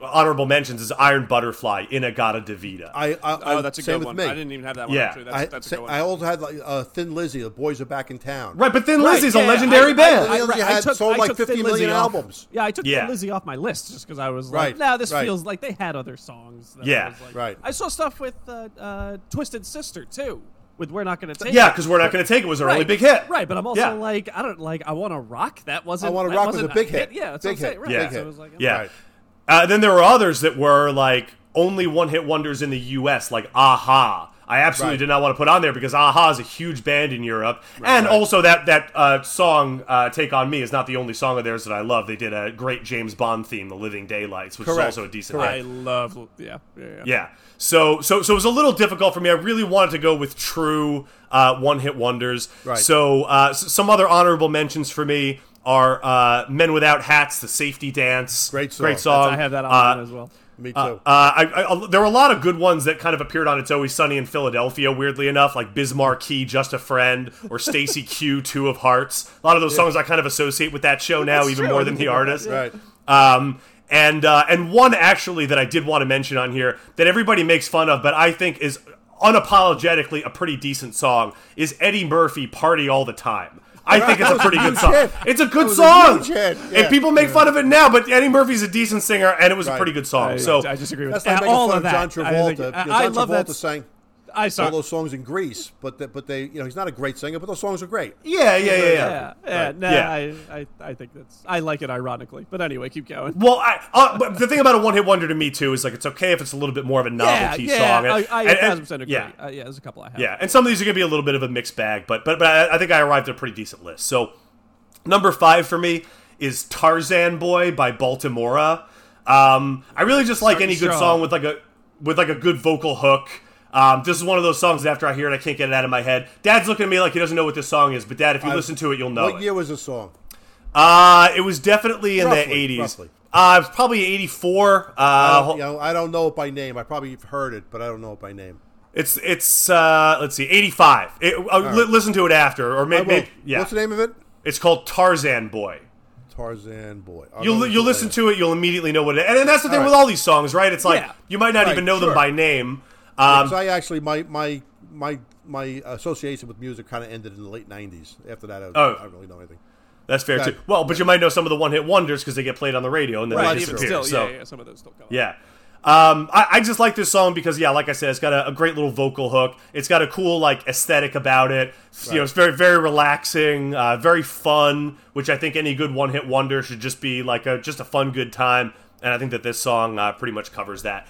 B: honorable mentions is Iron Butterfly, Inagata Devita.
C: I, I, I
A: Oh, that's a
C: same
A: good
C: with
A: one.
C: me.
A: I didn't even have that one.
B: Yeah.
A: actually. that's,
C: I,
A: that's a
C: say-
A: good one.
C: I also had like uh, Thin Lizzy. The boys are back in town.
B: right, but Thin
A: Right,
B: Lizzy's
A: yeah,
B: a legendary
A: I-
B: band.
A: I-
C: Thin Lizzy
A: I
C: had
A: took-
C: sold
A: I
C: like
A: took Thin
C: 15 million
A: Lizzy off.
C: albums.
A: Yeah, I took
B: Yeah.
A: Thin Lizzy off my list just because I was like,
C: Right,
A: "No, this
C: right.
A: feels like they had other songs." That
B: Yeah.
A: I was like,
C: Right.
A: I saw stuff with uh, uh, Twisted Sister too, with "We're Not Gonna Take."
B: yeah,
A: It.
B: because we're not going to take it was a
A: right.
B: really big hit.
A: Right, but I'm also
B: Yeah.
A: like, I don't like. I want to rock. That wasn't.
C: I Wanna
A: that
C: Rock was
A: wasn't
C: a big hit.
A: Yeah, that's what I'm
C: Big hit.
A: saying. Right.
B: Yeah.
A: So I was like,
B: Yeah.
C: Right.
B: Uh, then there were others that were like only one hit wonders in the U.S., like Aha. I absolutely
C: Right.
B: did not want to put on there because Aha is a huge band in Europe, and also that that uh, song uh, "Take on Me" is not the only song of theirs that I love. They did a great James Bond theme, "The Living Daylights," which
C: Correct.
B: is also a decent.
C: Correct.
A: I
B: hit.
A: love. Yeah, yeah, yeah.
B: Yeah. So so so it was a little difficult for me. I really wanted to go with true uh, one hit wonders.
C: Right.
B: So uh, s- some other honorable mentions for me are uh, Men Without Hats, The Safety Dance.
C: Great song.
B: Great
C: That's-
B: song.
A: I have that on
B: Uh,
A: mine as well.
C: Me too.
B: uh, I, I- I- there were a lot of good ones that kind of appeared on It's Always Sunny in Philadelphia. Weirdly enough, like Bismarck Key, Just a Friend, or Stacy Q, Two of Hearts. A lot of those songs I kind of associate with that show now,
A: That's
B: even
A: true.
B: more than the artist.
C: Right.
B: Um, and uh, and one actually that I did want to mention on here that everybody makes fun of, but I think is unapologetically a pretty decent song is Eddie Murphy "Party All the Time." I think it's a pretty good song.
C: hit.
B: It's a good
C: was a
B: song,
C: huge hit, yeah.
B: and people make fun of it now. But Eddie Murphy's a decent singer, and it was a
C: Right.
B: pretty good song.
A: I,
B: so
A: I disagree with
C: That's
A: that.
C: like making
A: all
C: fun
A: of
C: of
A: that.
C: John
A: I,
C: Travolta.
A: think-
C: because
A: I
C: John
A: love
C: Travolta
A: that.
C: sang
A: I saw
C: all those songs in Greece, but that, but they, you know, he's not a great singer, but those songs are great.
B: yeah, yeah, yeah, yeah.
A: Yeah, yeah,
C: Right.
A: nah,
B: Yeah.
A: I, I, I think that's. I like it ironically, but anyway, keep going.
B: Well, I, uh, but the thing about a one-hit wonder to me too is like it's okay if it's a little bit more of a novelty
A: yeah,
B: song.
A: yeah,
B: And-
A: I, I
B: and-
A: 100 percent agree.
B: Yeah,
A: Uh, yeah, there's a couple I have.
B: Yeah, and some of these are going to be a little bit of a mixed bag, but but but I, I think I arrived at a pretty decent list. So number five for me is Tarzan Boy by Baltimora. Um, I really just like any good
A: strong.
B: song with like a with like a good vocal hook. Um, this is one of those songs that after I hear it, I can't get it out of my head. Dad's looking at me like he doesn't know what this song is, but Dad, if you listen to it, you'll know.
C: What
B: it.
C: year was this song?
B: Uh, it was definitely in the
C: Roughly,
B: eighties.
C: roughly. Oh,
B: Uh, it was probably eighty four. Uh,
C: you know, I don't know it by name. I probably have heard it, but I don't know it by name.
B: It's it's uh, let's see, eighty five. Listen to it after, or
C: I
B: maybe,
C: will.
B: yeah.
C: What's the name of it?
B: It's called Tarzan Boy.
C: Tarzan Boy. I'll
B: You'll
C: go with
B: you'll
C: it
B: listen
C: later.
B: to it, you'll immediately know what it. And, and that's the thing
C: All
B: with
C: right.
B: all these songs, right? It's like
A: Yeah.
B: you might not
C: Right,
B: even know them
C: sure.
B: by name. Um,
C: So I actually my my my my association with music kind of ended in the late '90s. After that, I,
B: Oh.
C: I don't really know anything.
B: that's fair
C: Okay.
B: too. Well, but you might know some of the one hit wonders because they get played on the radio and then
A: Right,
B: they
A: even
B: disappear.
A: still,
B: so
A: yeah, yeah, some of those still come. up.
B: Yeah. Um, I, I just like this song because, yeah, like I said, it's got a, a great little vocal hook. It's got a cool, like, aesthetic about it. You know, it's very, very relaxing, uh, very fun, which I think any good one hit wonder should just be, like, a, just a fun, good time. And I think that this song uh, pretty much covers that.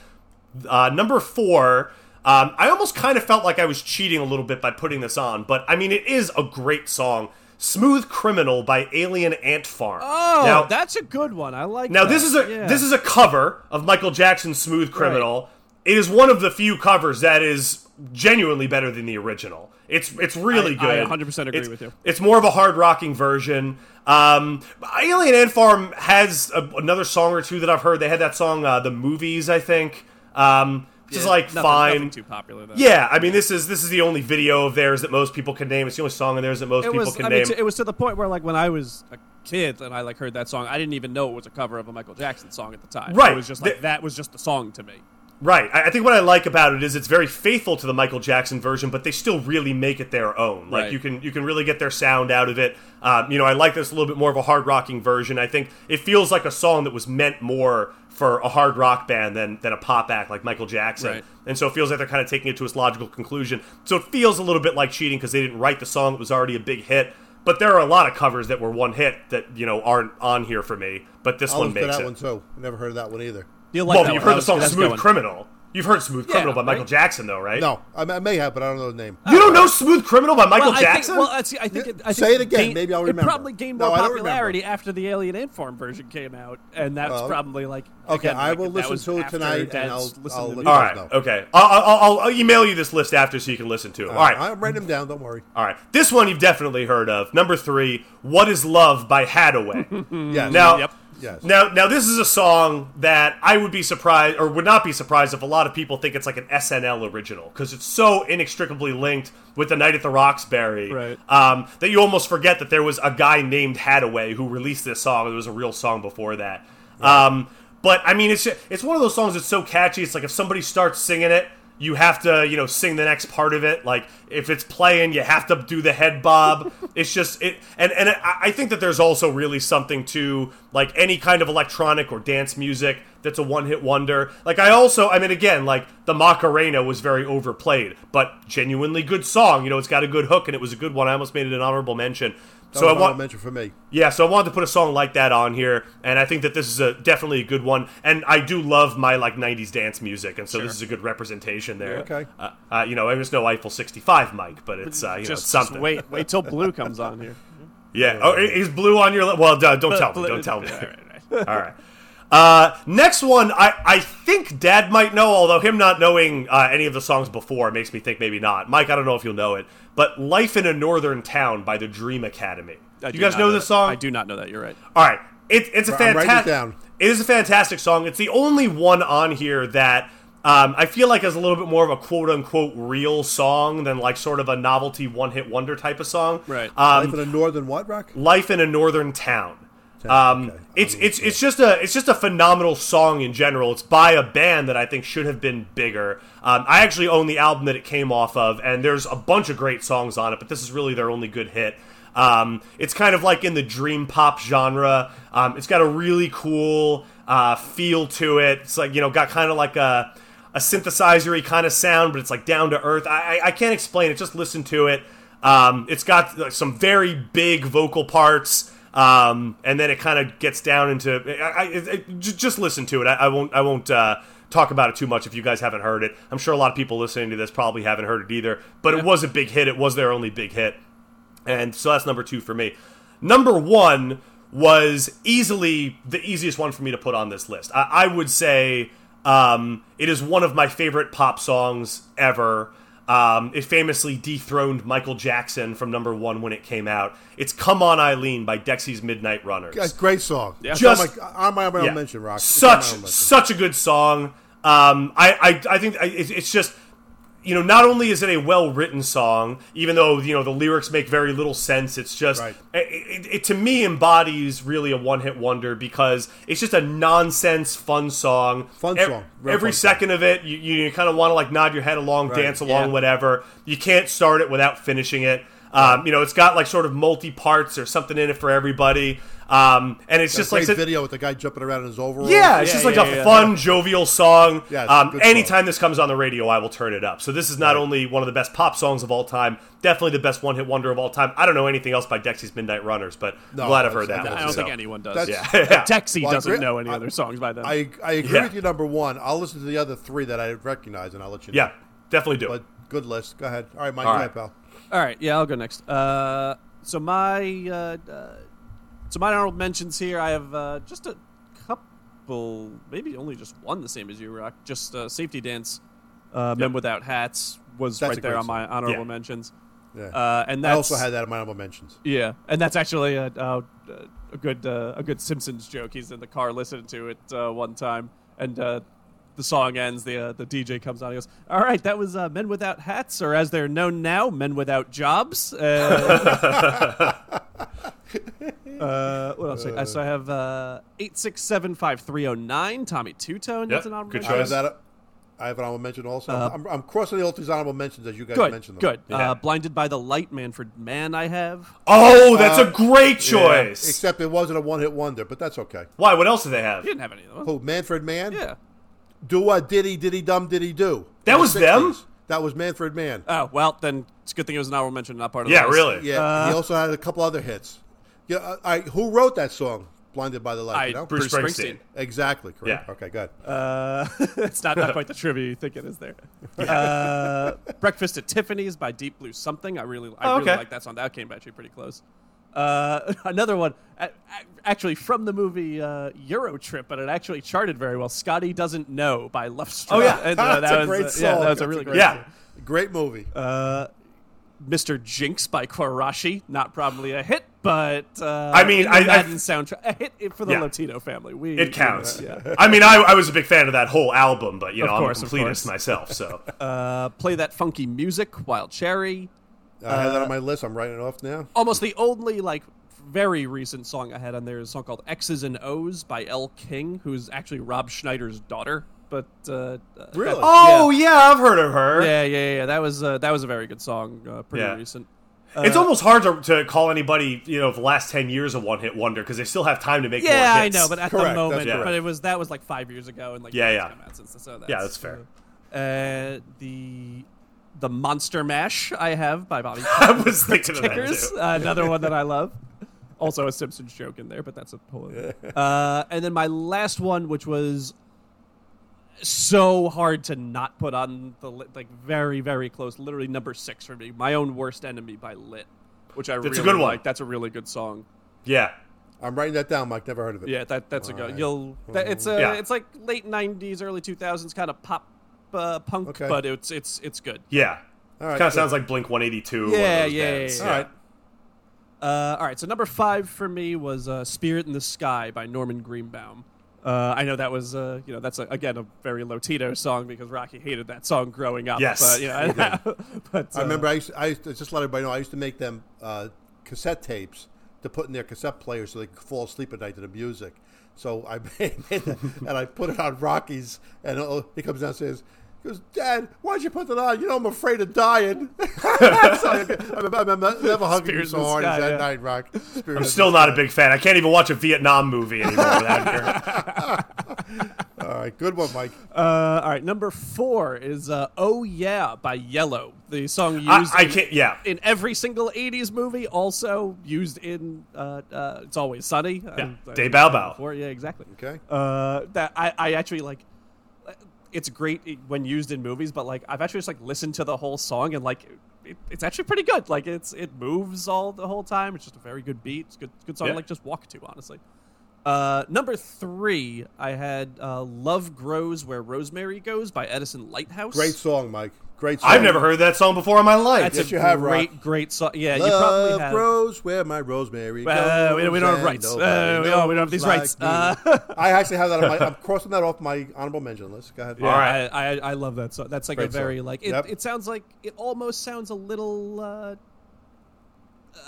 B: Uh, number four, um, I almost kind of felt like I was cheating a little bit by putting this on, but I mean, it is a great song. Smooth Criminal by Alien Ant Farm.
A: Oh,
B: Now-
A: that's a good one. I like.
B: now
A: that.
B: this is a
A: yeah.
B: this is a cover of Michael Jackson's Smooth Criminal. It is one of the few covers that is genuinely better than the original. It's it's really
A: I- I
B: good.
A: 100% agree
B: It's-
A: with you.
B: It's more of a hard rocking version. Um, Alien Ant Farm has a, another song or two that I've heard. They had that song uh, "The Movies," I think. Um, which is
A: Yeah,
B: like
A: nothing-
B: fine.
A: nothing too popular though.
B: yeah, I mean this is this is the only video of theirs that most people can name. It's the only song of theirs that most
A: it
B: people
A: was.
B: can
A: I
B: name.
A: mean, to, it was to the point where, like, when I was a kid and I like heard that song, I didn't even know it was a cover of a Michael Jackson song at the time.
B: Right.
A: It was just like
B: The-
A: that was just the song to me.
B: Right. I, I think what I like about it is it's very faithful to the Michael Jackson version, but they still really make it their own. Like
A: Right.
B: you can you can really get their sound out of it. Um, you know, I like this a little bit more of a hard rocking version. I think it feels like a song that was meant more for a hard rock band than than a pop act like Michael Jackson.
A: Right.
B: And so it feels like they're kind of taking it to its logical conclusion. So it feels a little bit like cheating because they didn't write the song; it was already a big hit. But there are a lot of covers that were one hit that you know aren't on here for me. But this
C: I'll
B: one
C: listen to
B: makes
C: that
B: it
C: one too. I never heard of that one either.
A: You like
B: well,
A: that
B: you've
A: one.
B: heard the
A: That
B: song
A: was- that's a good
B: "Smooth
A: one.
B: Criminal." You've heard "Smooth Criminal" by
A: right?
B: Michael Jackson, though, right?
C: No, I, I may have, but I don't know the name.
B: you don't know "Smooth Criminal" by Michael
A: well,
B: Jackson.
A: I think, well, that's- I think, it, I think
C: Say it again,
A: gained-
C: maybe I'll remember.
A: It probably gained
C: No,
A: more
C: I don't remember.
A: popularity after the Alien Ant Farm version came out, and that's
C: Well,
A: probably like.
C: okay,
A: again,
C: I
A: like,
C: will
A: that
C: listen
A: was
C: to it
A: after
C: tonight, and
A: Dad's
C: I'll-
A: listened
C: I'll
A: to
C: look
A: music.
B: All right,
C: No.
B: okay. I'll, I'll, I'll- I'll email you this list after so you can listen to it. All right.
C: Uh, I'm writing them down. Don't worry.
B: all right. This one you've definitely heard of. Number three, "What Is Love" by
A: <laughs>
B: Hadaway.
C: Yes.
B: now,
A: Yep.
C: Yes.
B: now, now, this is a song that I would be surprised, or would not be surprised, if a lot of people think it's like an SNL original because it's so inextricably linked with "The Night at the Roxbury."
A: Right.
B: um, that you almost forget that there was a guy named Hadaway who released this song. There was a real song before that. Um, But I mean, it's it's one of those songs that's so catchy. It's like if somebody starts singing it, you have to you know sing the next part of it. Like if it's playing, you have to do the head bob. it's just it, and and I I think that there's also really something to like any kind of electronic or dance music that's a one hit wonder. Like I also, I mean, again, like the Macarena was very overplayed, but genuinely good song. You know, it's got a good hook and it was a good one. I almost made it an honorable mention.
C: That
B: so I
C: was my
B: want
C: mention for me.
B: yeah, so I wanted to put a song like that on here, and I think that this is a definitely a good one. And I do love my like '90s dance music, and so this is a good representation there.
C: Okay.
B: Uh, uh, you know, I was no Eiffel '65 Mike, but it's uh, you know
A: just,
B: it's something.
A: just wait, wait till blue comes on here.
B: Yeah. Oh, i- is blue on your? Li- well, d- don't <laughs> tell me. Don't
A: <laughs>
B: tell me.
A: All right, all right.
B: All right. Uh, next one, I, I think Dad might know, although him not knowing uh, any of the songs before makes me think maybe not. Mike, I don't know if you'll know it, but "Life in a Northern Town" by the Dream Academy.
A: I
B: Do
A: do
B: you guys
A: not
B: know this
A: that.
B: song?
A: I do not know that. You're right.
B: All right, it, it's a
C: I'm writing it
B: fantastic.
C: down.
B: It is a fantastic song. It's the only one on here that um, I feel like is a little bit more of a quote unquote real song than like sort of a novelty one hit wonder type of song.
A: Right.
B: Um,
C: Life in a northern what rock?
B: life in a northern town. Um,
C: okay.
B: it's it's it's just a it's just a phenomenal song in general. It's by a band that I think should have been bigger. Um, I actually own the album that it came off of, and there's a bunch of great songs on it, but this is really their only good hit. Um, it's kind of like in the dream pop genre. Um, it's got a really cool uh, feel to it. It's like you know got kind of like a a synthesizery kind of sound, but it's like down to earth. I, I, I can't explain it. Just listen to it. Um, it's got like, some very big vocal parts, um, and then it kind of gets down into. I, I, it, it- j- just listen to it. I, I won't. I won't uh, talk about it too much if you guys haven't heard it. I'm sure a lot of people listening to this probably haven't heard it either. But it was a big hit. It was their only big hit. And so that's number two for me. Number one was easily the easiest one for me to put on this list. I, I would say um, it is one of my favorite pop songs ever. Um, it famously dethroned Michael Jackson from number one when it came out. It's "Come On Eileen" by Dexy's Midnight Runners.
C: That's a great song. Yeah.
B: Just-
C: on my, on my own
B: Yeah.
C: mention, Rock. It's on my
B: Such
C: own mention.
B: such a good song. Um, I, I I think I, it's it's just you know not only is it a well written song, even though you know the lyrics make very little sense. It's just
C: Right.
B: it, it, it to me embodies really a one hit wonder because it's just a nonsense fun song.
C: Fun
B: Ev-
C: song. Real
B: Every
C: fun song.
B: second of it, you, you kind of want to like nod your head along, dance along,
A: yeah.
B: whatever. You can't start it without finishing it. Um, you know, it's got like sort of multi parts or something in it for everybody. Um, and it's just
C: great
B: like such-
C: video with the guy jumping around in his overalls.
B: yeah, it's
A: Yeah,
B: just like
A: yeah,
B: a
A: yeah.
B: fun, jovial song.
C: Yeah, it's a
B: um,
C: good song.
B: anytime this comes on the radio, I will turn it up. So this is not only one of the best pop songs of all time, definitely the best one-hit wonder of all time. I don't know anything else by Dexy's Midnight Runners, but
C: No,
B: I'm glad I've heard
C: that's-
B: that.
C: that's-
B: one,
A: I don't
B: so.
A: think anyone does.
C: That's-
B: <laughs> Yeah, yeah.
A: Texie
C: Well, I
A: doesn't
C: agree-
A: know any
C: I-
A: other songs by them.
C: I, I agree
B: Yeah.
C: with you, number one. I'll listen to the other three that I recognize and I'll let you know.
B: yeah, definitely do.
C: But good list. Go ahead. All right, Mike,
B: All
C: go
B: right.
C: ahead, pal.
A: All right, yeah, I'll go next. Uh, so my uh, uh, so my honorable mentions here. I have uh, just a couple, maybe only just one, the same as you, Rock. Just uh, safety dance. Uh, Men without hats was
C: That's a
A: right there
C: great
A: on my honorable
B: Yeah.
A: mentions.
C: Yeah.
A: Uh, and
C: I
A: that's
C: also had that in my honorable mentions.
A: yeah, and that's actually a, a, a good uh, a good Simpsons joke. He's in the car listening to it uh, one time, and uh, the song ends. The uh, the DJ comes on. He goes, "All right, that was uh, Men Without Hats, or as they're known now, Men Without Jobs." Uh,
C: <laughs>
A: uh, what else? I so I have uh, eight six seven five three zero nine. Tommy Two Tone. That's
B: Yep,
A: an honorable
B: good
A: mention.
C: I have
B: choice. Uh-huh.
C: that. I have an honorable mention also. I'm, I'm crossing all these honorable mentions as you guys
A: Good,
C: mentioned them.
A: good.
B: Yeah.
A: Uh, Blinded by the Light, Manfred Mann. I have.
B: oh, that's a great
C: Yeah,
B: choice.
C: except it wasn't a one-hit wonder, but that's okay.
B: Why? What else do they have?
A: You didn't have any of those.
C: Oh, Manfred Mann.
A: Yeah.
C: Do a diddy diddy dum diddy do.
B: That
C: In the
B: was them? Uh,
C: 60s. That was Manfred Mann.
A: Oh well, then it's a good thing it was an honorable mention, not part of.
B: Yeah,
A: the list.
B: really.
C: yeah. he also had a couple other hits. Yeah. Uh, all right, who wrote that song? Blinded by the light.
A: I-
C: you know?
B: Bruce,
A: Bruce
B: Springsteen.
A: Springsteen.
C: Exactly. Correct.
B: Yeah.
C: Okay. Good.
A: Uh, it's not, not quite the trivia you think it is
C: <laughs>
A: there. Uh, Breakfast at Tiffany's by Deep Blue Something. I really, I
B: Oh, okay.
A: really like that song. That came actually pretty close. Uh, <laughs> another one, a- a- actually from the movie uh, Euro Trip, but it actually charted very well. Scotty doesn't know by Left <laughs>
B: Oh, yeah. <laughs>
C: That's a great
A: Yeah,
C: song.
A: uh, that was
C: That's a
A: a really
C: great
A: great. song.
B: Yeah.
C: Great movie.
B: Uh,
A: Mr. Jinx by Quarashi. Not probably a hit, but uh,
B: I mean,
A: in the
B: I- I-
A: Madden soundtrack a hit for the
B: Yeah.
A: Latino family. We
B: It counts.
A: Yeah.
B: I mean, I, I was a big fan of that whole album, but you know,
A: Of course,
B: I'm a
A: of
B: completist
A: course.
B: myself. So
A: Uh, play that funky music, Wild Cherry.
B: uh,
C: I have that on my list. I'm writing it off now.
A: Almost the only like very recent song I had on there is a song called X's and O's by L. King, who's actually Rob Schneider's daughter. But uh,
C: Really?
A: that-
B: Oh yeah. I've heard of her.
A: yeah, yeah, yeah, yeah. That was uh, that was a very good song. Uh, pretty
B: Yeah.
A: recent.
B: it's
A: Uh,
B: almost hard to, to call anybody, you know, the last ten years a one hit wonder because they still have time to make.
A: Yeah,
B: more
A: I
B: hits.
A: know, but at
C: Correct,
A: the
C: that's
A: moment,
B: correct.
A: but it was that was like five years ago, and like
B: Yeah,
A: nothing's
B: yeah.
A: come out since then, so that's,
B: Yeah,
A: <laughs>
B: that's fair.
A: Uh, the the Monster Mash I have by
B: <laughs>
A: Bobby
B: I was thinking of that
A: Kickers,
B: too.
A: uh, another one that I love. Also a Simpsons joke in there, but that's a whole. other- Uh, and then my last one, which was so hard to not put on the lit, like very very close, literally number six for me. My own worst enemy by Lit, which I
B: That's
A: really
B: a good one.
A: like. That's a really good song.
B: Yeah.
C: I'm writing that down, Mike. Never heard of it.
A: Yeah, that that's a
C: Alright.
A: good. You'll that, it's a
B: Yeah.
A: it's like late '90s, early 2000s kind of pop uh, punk,
C: Okay.
A: but it's it's it's good.
B: Yeah.
C: All right,
B: kind of
C: good.
B: sounds like Blink 182.
A: Yeah,
B: one of those
A: yeah, yeah,
B: bands.
A: yeah.
C: All right.
A: Uh, all right, so number five for me was uh, "Spirit in the Sky" by Norman Greenbaum. Uh, I know that was, uh, you know, that's a, again a very low Tito song because Rocky hated that song growing up.
B: Yes.
A: but, you know, <laughs> but uh,
C: I remember I used, I used to just let everybody know I used to make them uh, cassette tapes to put in their cassette players so they could fall asleep at night to the music. So I <laughs> made it and I put it on Rocky's, and uh, he comes downstairs. He goes, Dad, why'd you put that on? You know I'm afraid of dying. <laughs> so I, I'm, I'm, I'm never hugging you
A: Spirit in
C: so
A: the
C: hard
A: sky,
C: as that
A: yeah.
C: night, Rock. Spirit in
B: I'm
C: the
B: still not a big fan. I can't even watch a Vietnam
A: <laughs>
B: movie anymore without your
C: sky. All right, good one, Mike.
A: Uh, all right, number four is uh, "Oh Yeah" by Yellow, the song used.
B: I, I
A: in-
B: can't. Yeah.
A: in every single 80s movie also used in uh, uh, it's always sunny yeah.
B: Day Bow Bow.
A: yeah exactly
C: Okay.
A: uh, that I, I actually like it's great i- when used in movies but like i've actually just like listened to the whole song and like it, it's actually pretty good like it's it moves all the whole time it's just a very good beat it's a good good song
B: Yeah.
A: to, like just walk to honestly uh, number three i had uh, love grows where rosemary goes by edison lighthouse
C: Great song, Mike. Great song.
B: I've never heard that song before in my life.
A: that's
C: Yes,
A: a
C: you have, Rock.
A: great great song yeah you probably
C: Love
A: have
C: rose where my rosemary
A: Uh, we- we
C: goes
A: don't have
C: and
A: rights.
C: nobody
A: Uh, we don't- we don't have
C: knows
A: these rights.
C: me.
A: Uh, <laughs>
C: I actually have that. On my, I'm crossing that off my honorable mention list. Go ahead.
A: All
B: All
A: right,
B: right.
A: I, I, I love that song. That's like
C: Great
A: a very
C: song.
A: like it,
C: Yep.
A: it. sounds like it almost sounds a little uh,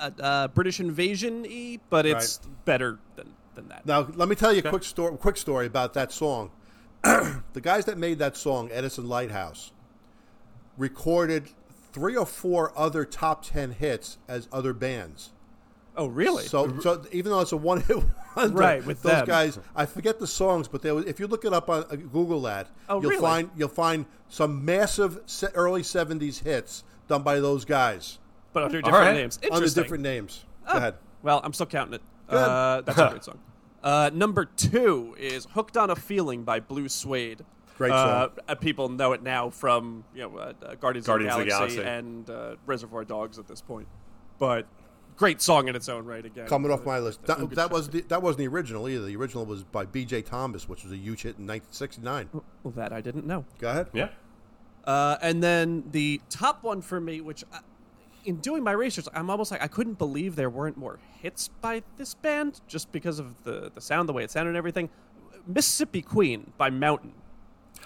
A: uh, uh, British invasion y, but it's better than than that.
C: Now let me tell you a quick story. Quick story about that song. <clears throat> the guys that made that song, Edison Lighthouse, recorded three or four other top ten hits as other bands.
A: Oh, really?
C: So, so even though it's a one hit <laughs> wonder,
A: Right, with
C: those
A: them.
C: guys, I forget the songs, but there was, if you look it up on uh, Google that,
A: Oh,
C: you'll
A: really?
C: find you'll find some massive se- early '70s hits done by those guys
A: but under different
B: right.
A: names.
C: under
A: Interesting. Oh.
C: different names. Go ahead.
A: Well, I'm still counting it. Uh, that's a
C: <laughs>
A: great song. Uh, number two is "Hooked on a Feeling" by Blue Suede.
C: Great
A: Uh,
C: song.
A: uh, people know it now from you know uh, uh, Guardians,
B: Guardians
A: of,
B: of
A: the
B: the
A: Galaxy
B: Galaxy.
A: and uh, Reservoir Dogs at this point, but great song in its own right. Again,
C: Coming
A: Uh,
C: off my list, that,
A: good
C: that was the, that wasn't the original either. The original was by B.J. Thomas, which was a huge hit in 1969.
A: Well, that I didn't know.
C: Go ahead.
B: Yeah.
A: Uh, and then the top one for me, which I, in doing my research, I'm almost like I couldn't believe there weren't more hits by this band just because of the, the sound, the way it sounded, and everything. Mississippi Queen by Mountain.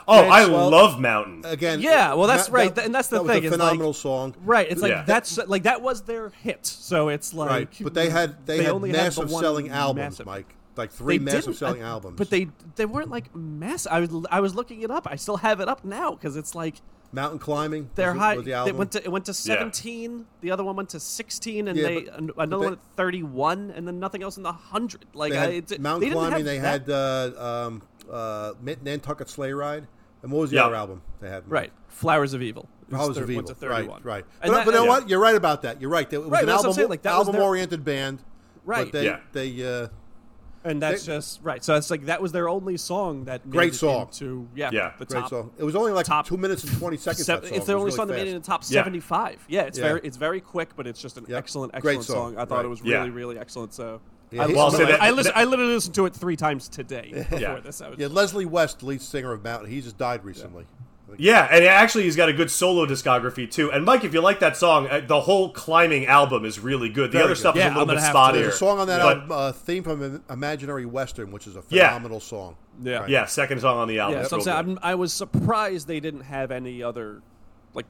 B: Oh, I
C: well-
B: love Mountain.
C: Again,
A: Yeah, well, that's
C: that-
A: right,
C: that-
A: and that's the
C: that was
A: thing,
C: a
A: is like-
C: phenomenal song,
A: Right, it's like
B: Yeah.
A: that's like that was their hit, so it's like
C: Right, but they had they, had
A: only the
C: massive
A: one
C: selling albums,
A: massive-
C: Mike. Like three
A: didn't-
C: massive selling
A: I-
C: albums.
A: but they they weren't like mass. I was I was looking it up. I still have it up now because it's like
C: Mountain climbing.
A: They're
C: was, it-
A: high.
C: was the
A: they
C: album.
A: went to it went to seventeen. The other one went to sixteen, and
C: Yeah,
A: they
C: but-
A: an-
C: but
A: another
C: they-
A: one at thirty-one, and then nothing else in the hundred. Like
C: They
A: I,
C: had
A: it-
C: Mount
A: they didn't
C: Climbing.
A: have
C: They
A: that-
C: had uh, um, uh, Mid- Nantucket Sleigh Ride. And what was the
B: Yeah.
C: other album they had?
A: right flowers of evil. is
C: Powers
A: thir-
C: of
A: went
C: Evil.
A: to
C: Right,
A: 31.
C: right. But,
A: And
C: but you know
A: yeah.
C: what? You're right about that. You're right. It was
A: Right,
C: an
A: that's what I'm
C: album,
A: saying, like, that was their-
C: album oriented band.
A: Right.
C: But they,
B: Yeah.
C: they uh,
A: and that's
C: they-
A: just right. So it's like that was their only song that
C: Great
A: made it
C: song.
A: Into, yeah,
B: Yeah.
A: the
C: great
A: top.
C: song. It was only like
A: top
C: two minutes and twenty seconds.
A: Seven,
C: that song.
A: it's their
C: It
A: only
C: was
A: song that
C: really
A: made it in the top
B: Yeah.
A: seventy-five. Yeah, it's
C: Yeah.
A: very it's very quick, but it's just an
C: Yep.
A: excellent,
C: Great
A: excellent
C: song.
A: song. I thought
C: Right.
A: it was
B: Yeah.
A: really, really excellent. So
C: Yeah,
A: I,
C: he's-
A: listened,
B: Well,
A: to
B: so
A: it.
B: that-
A: I, listen,
B: that-
A: I literally listened to it three times today before
B: Yeah.
A: this. I was
C: <laughs> Yeah, Leslie West, lead singer of Mountain, he just died recently.
B: Yeah, and actually, he's got a good solo discography too. And Mike, if you like that song, uh, the whole climbing album is really good. The
C: Very
B: other
C: good.
B: stuff
A: Yeah,
B: is a little
A: I'm
B: bit
A: gonna have to-
B: spottier.
C: There's a song on that
B: but-
C: album, uh, theme from Im- Imaginary Western, which is a
B: Yeah.
C: phenomenal song.
A: Yeah.
C: Right.
B: Yeah, second song on the album.
A: Yeah,
B: It's
A: so I'm
B: real
A: saying,
B: good.
A: I'm, I was surprised they didn't have any other like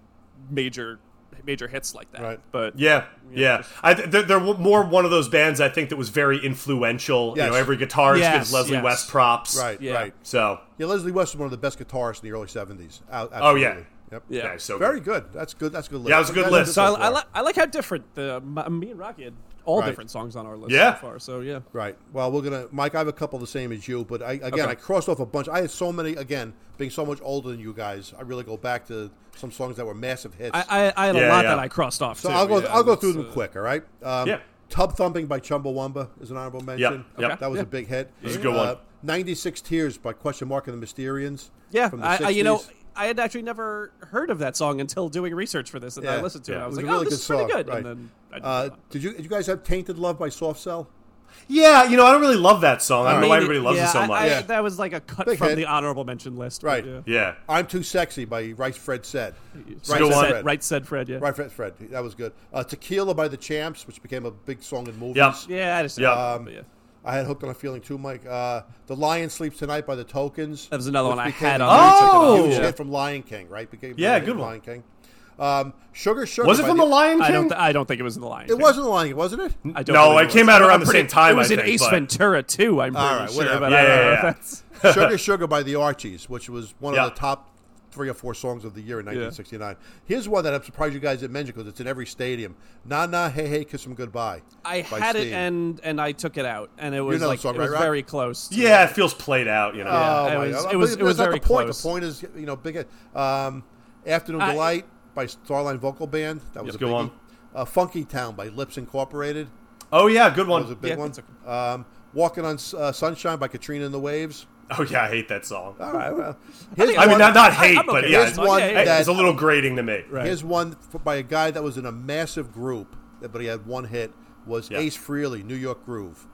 A: major major hits like that.
C: Right.
A: But
B: Yeah, yeah. I th- they're, they're more one of those bands I think that was very influential.
C: Yes.
B: You know, every guitarist
A: Yes,
B: gives Leslie
A: yes.
B: West props.
C: Right,
A: Yeah.
C: right.
B: So,
C: Yeah, Leslie West was one of the best guitarists in the early '70s. Out,
B: Oh, yeah.
C: absolutely. Yep.
A: Yeah.
B: yeah, so
C: Very good. That's good. That's a good list.
B: Yeah, it was a good
C: I'm glad I
B: list.
C: did
A: So I,
C: those
A: I,
C: four.
A: li- I like how different the my, me and Rocky had all
C: Right.
A: different songs on our list
B: Yeah.
A: so far. So yeah,
C: Right. Well, we're gonna, Mike. I have a couple the same as you, but I again,
B: Okay.
C: I crossed off a bunch. I had so many. Again, being so much older than you guys, I really go back to some songs that were massive hits.
A: I, I, I had a
B: Yeah,
A: lot
B: yeah.
A: that I crossed off.
C: so
A: too,
C: I'll go.
A: yeah,
C: I'll go
A: that's,
C: through them
A: uh,
C: quick. All right. Um,
B: Yeah.
C: Tub thumping by Chumbawamba is an honorable mention.
B: yep. Okay.
C: That was
A: Yeah.
C: a big hit. It
B: was a good one.
C: Ninety six tears by Question Mark and the Mysterians.
A: Yeah,
C: from the
A: I, I, you know,
C: 60s.
A: I had actually never heard of that song until doing research for this, and I
C: Yeah.
A: listened to it.
B: Yeah.
A: I was,
C: It
A: like,
C: was a really
A: oh, this
C: good
A: is pretty
C: song,
A: good.
C: right.
A: And then I just
C: Uh, did you did you guys have Tainted Love by Soft Cell?
B: yeah, you know, I don't really love that song. I don't know why
A: Maybe-
B: everybody loves
A: yeah,
B: it so
A: I-
B: much.
A: I-
C: Yeah.
A: That was like a cut
C: Big
A: from
C: hit.
A: the honorable mention list. but
C: Right.
A: Yeah.
B: yeah.
C: I'm Too Sexy by Right Fred Said.
A: Right,
B: good one.
A: said, right said Fred. Yeah.
C: Right Fred Fred. That was good. Uh, Tequila by the Champs, which became a big song in movies.
B: Yep.
A: Yeah, I just
B: Yeah.
A: uh, but yeah.
C: I had hooked on a feeling too, Mike. Uh, the Lion Sleeps Tonight by the Tokens.
A: That was another
C: which
A: one I
C: became
A: had
C: a
A: on there.
C: huge-
B: Oh!
C: huge
B: Yeah.
C: hit from Lion King, right? Became
B: Yeah,
C: a hit
B: good
C: from
B: one.
C: Lion King. Um, Sugar Sugar.
B: Was it
C: by
B: from The Lion King?
A: I don't. Th- I don't think it was in the line.
C: It wasn't the Lion King, wasn't it?
A: I don't
B: no,
A: believe
B: it came
A: was.
B: out around
A: I'm
B: the
A: pretty-
B: same time.
A: It was
B: I
A: in
B: think,
A: Ace
B: but-
A: Ventura too. I'm pretty
C: All right,
A: sure,
C: whatever.
A: but
B: Yeah,
A: I don't
B: yeah,
A: know
B: yeah.
A: if that's.
B: <laughs>
C: Sugar Sugar by the Archies, which was one
B: Yeah.
C: of the top three or four songs of the year in 1969. Here's one that I'm surprised you guys didn't mention because it's in every stadium. Na Na Hey Hey Kiss 'Em Goodbye.
A: I
C: by
A: had it
C: Sting.
A: and and I took it out, and it was
C: know the
A: like
C: song,
A: it was
C: right, Rock?
A: very close.
B: Yeah, it feels played out, you know.
A: Yeah.
C: Oh,
A: uh, it
C: my
A: was-
C: God.
A: it
C: But
A: was- it
C: that's
A: was
C: not
A: very
C: the point.
A: close.
C: The point is, you know, big. Um, Afternoon
A: I-
C: Delight by Starline Vocal Band. That
B: Yep.
C: was a
B: Good
C: biggie.
B: one.
C: Uh, Funky Town by Lips Incorporated.
B: Oh, yeah, good
C: That was a
B: one.
C: big
A: Yeah,
C: one.
A: that's
C: Um, Walking on S- uh, Sunshine by Katrina and the Waves.
B: Oh, yeah, I hate that song.
C: All right. Well, here's
A: think-
B: I mean,
C: one-
B: not, not
A: I-
B: hate,
A: I'm
B: but
A: okay
B: yeah,
A: with
B: it's,
A: that song. Yeah, yeah,
C: yeah.
B: it's a little grating to me.
C: Here's one f- by a guy that was in a massive group, but he had one hit. Was
B: Yeah.
C: Ace Frehley, New York Groove?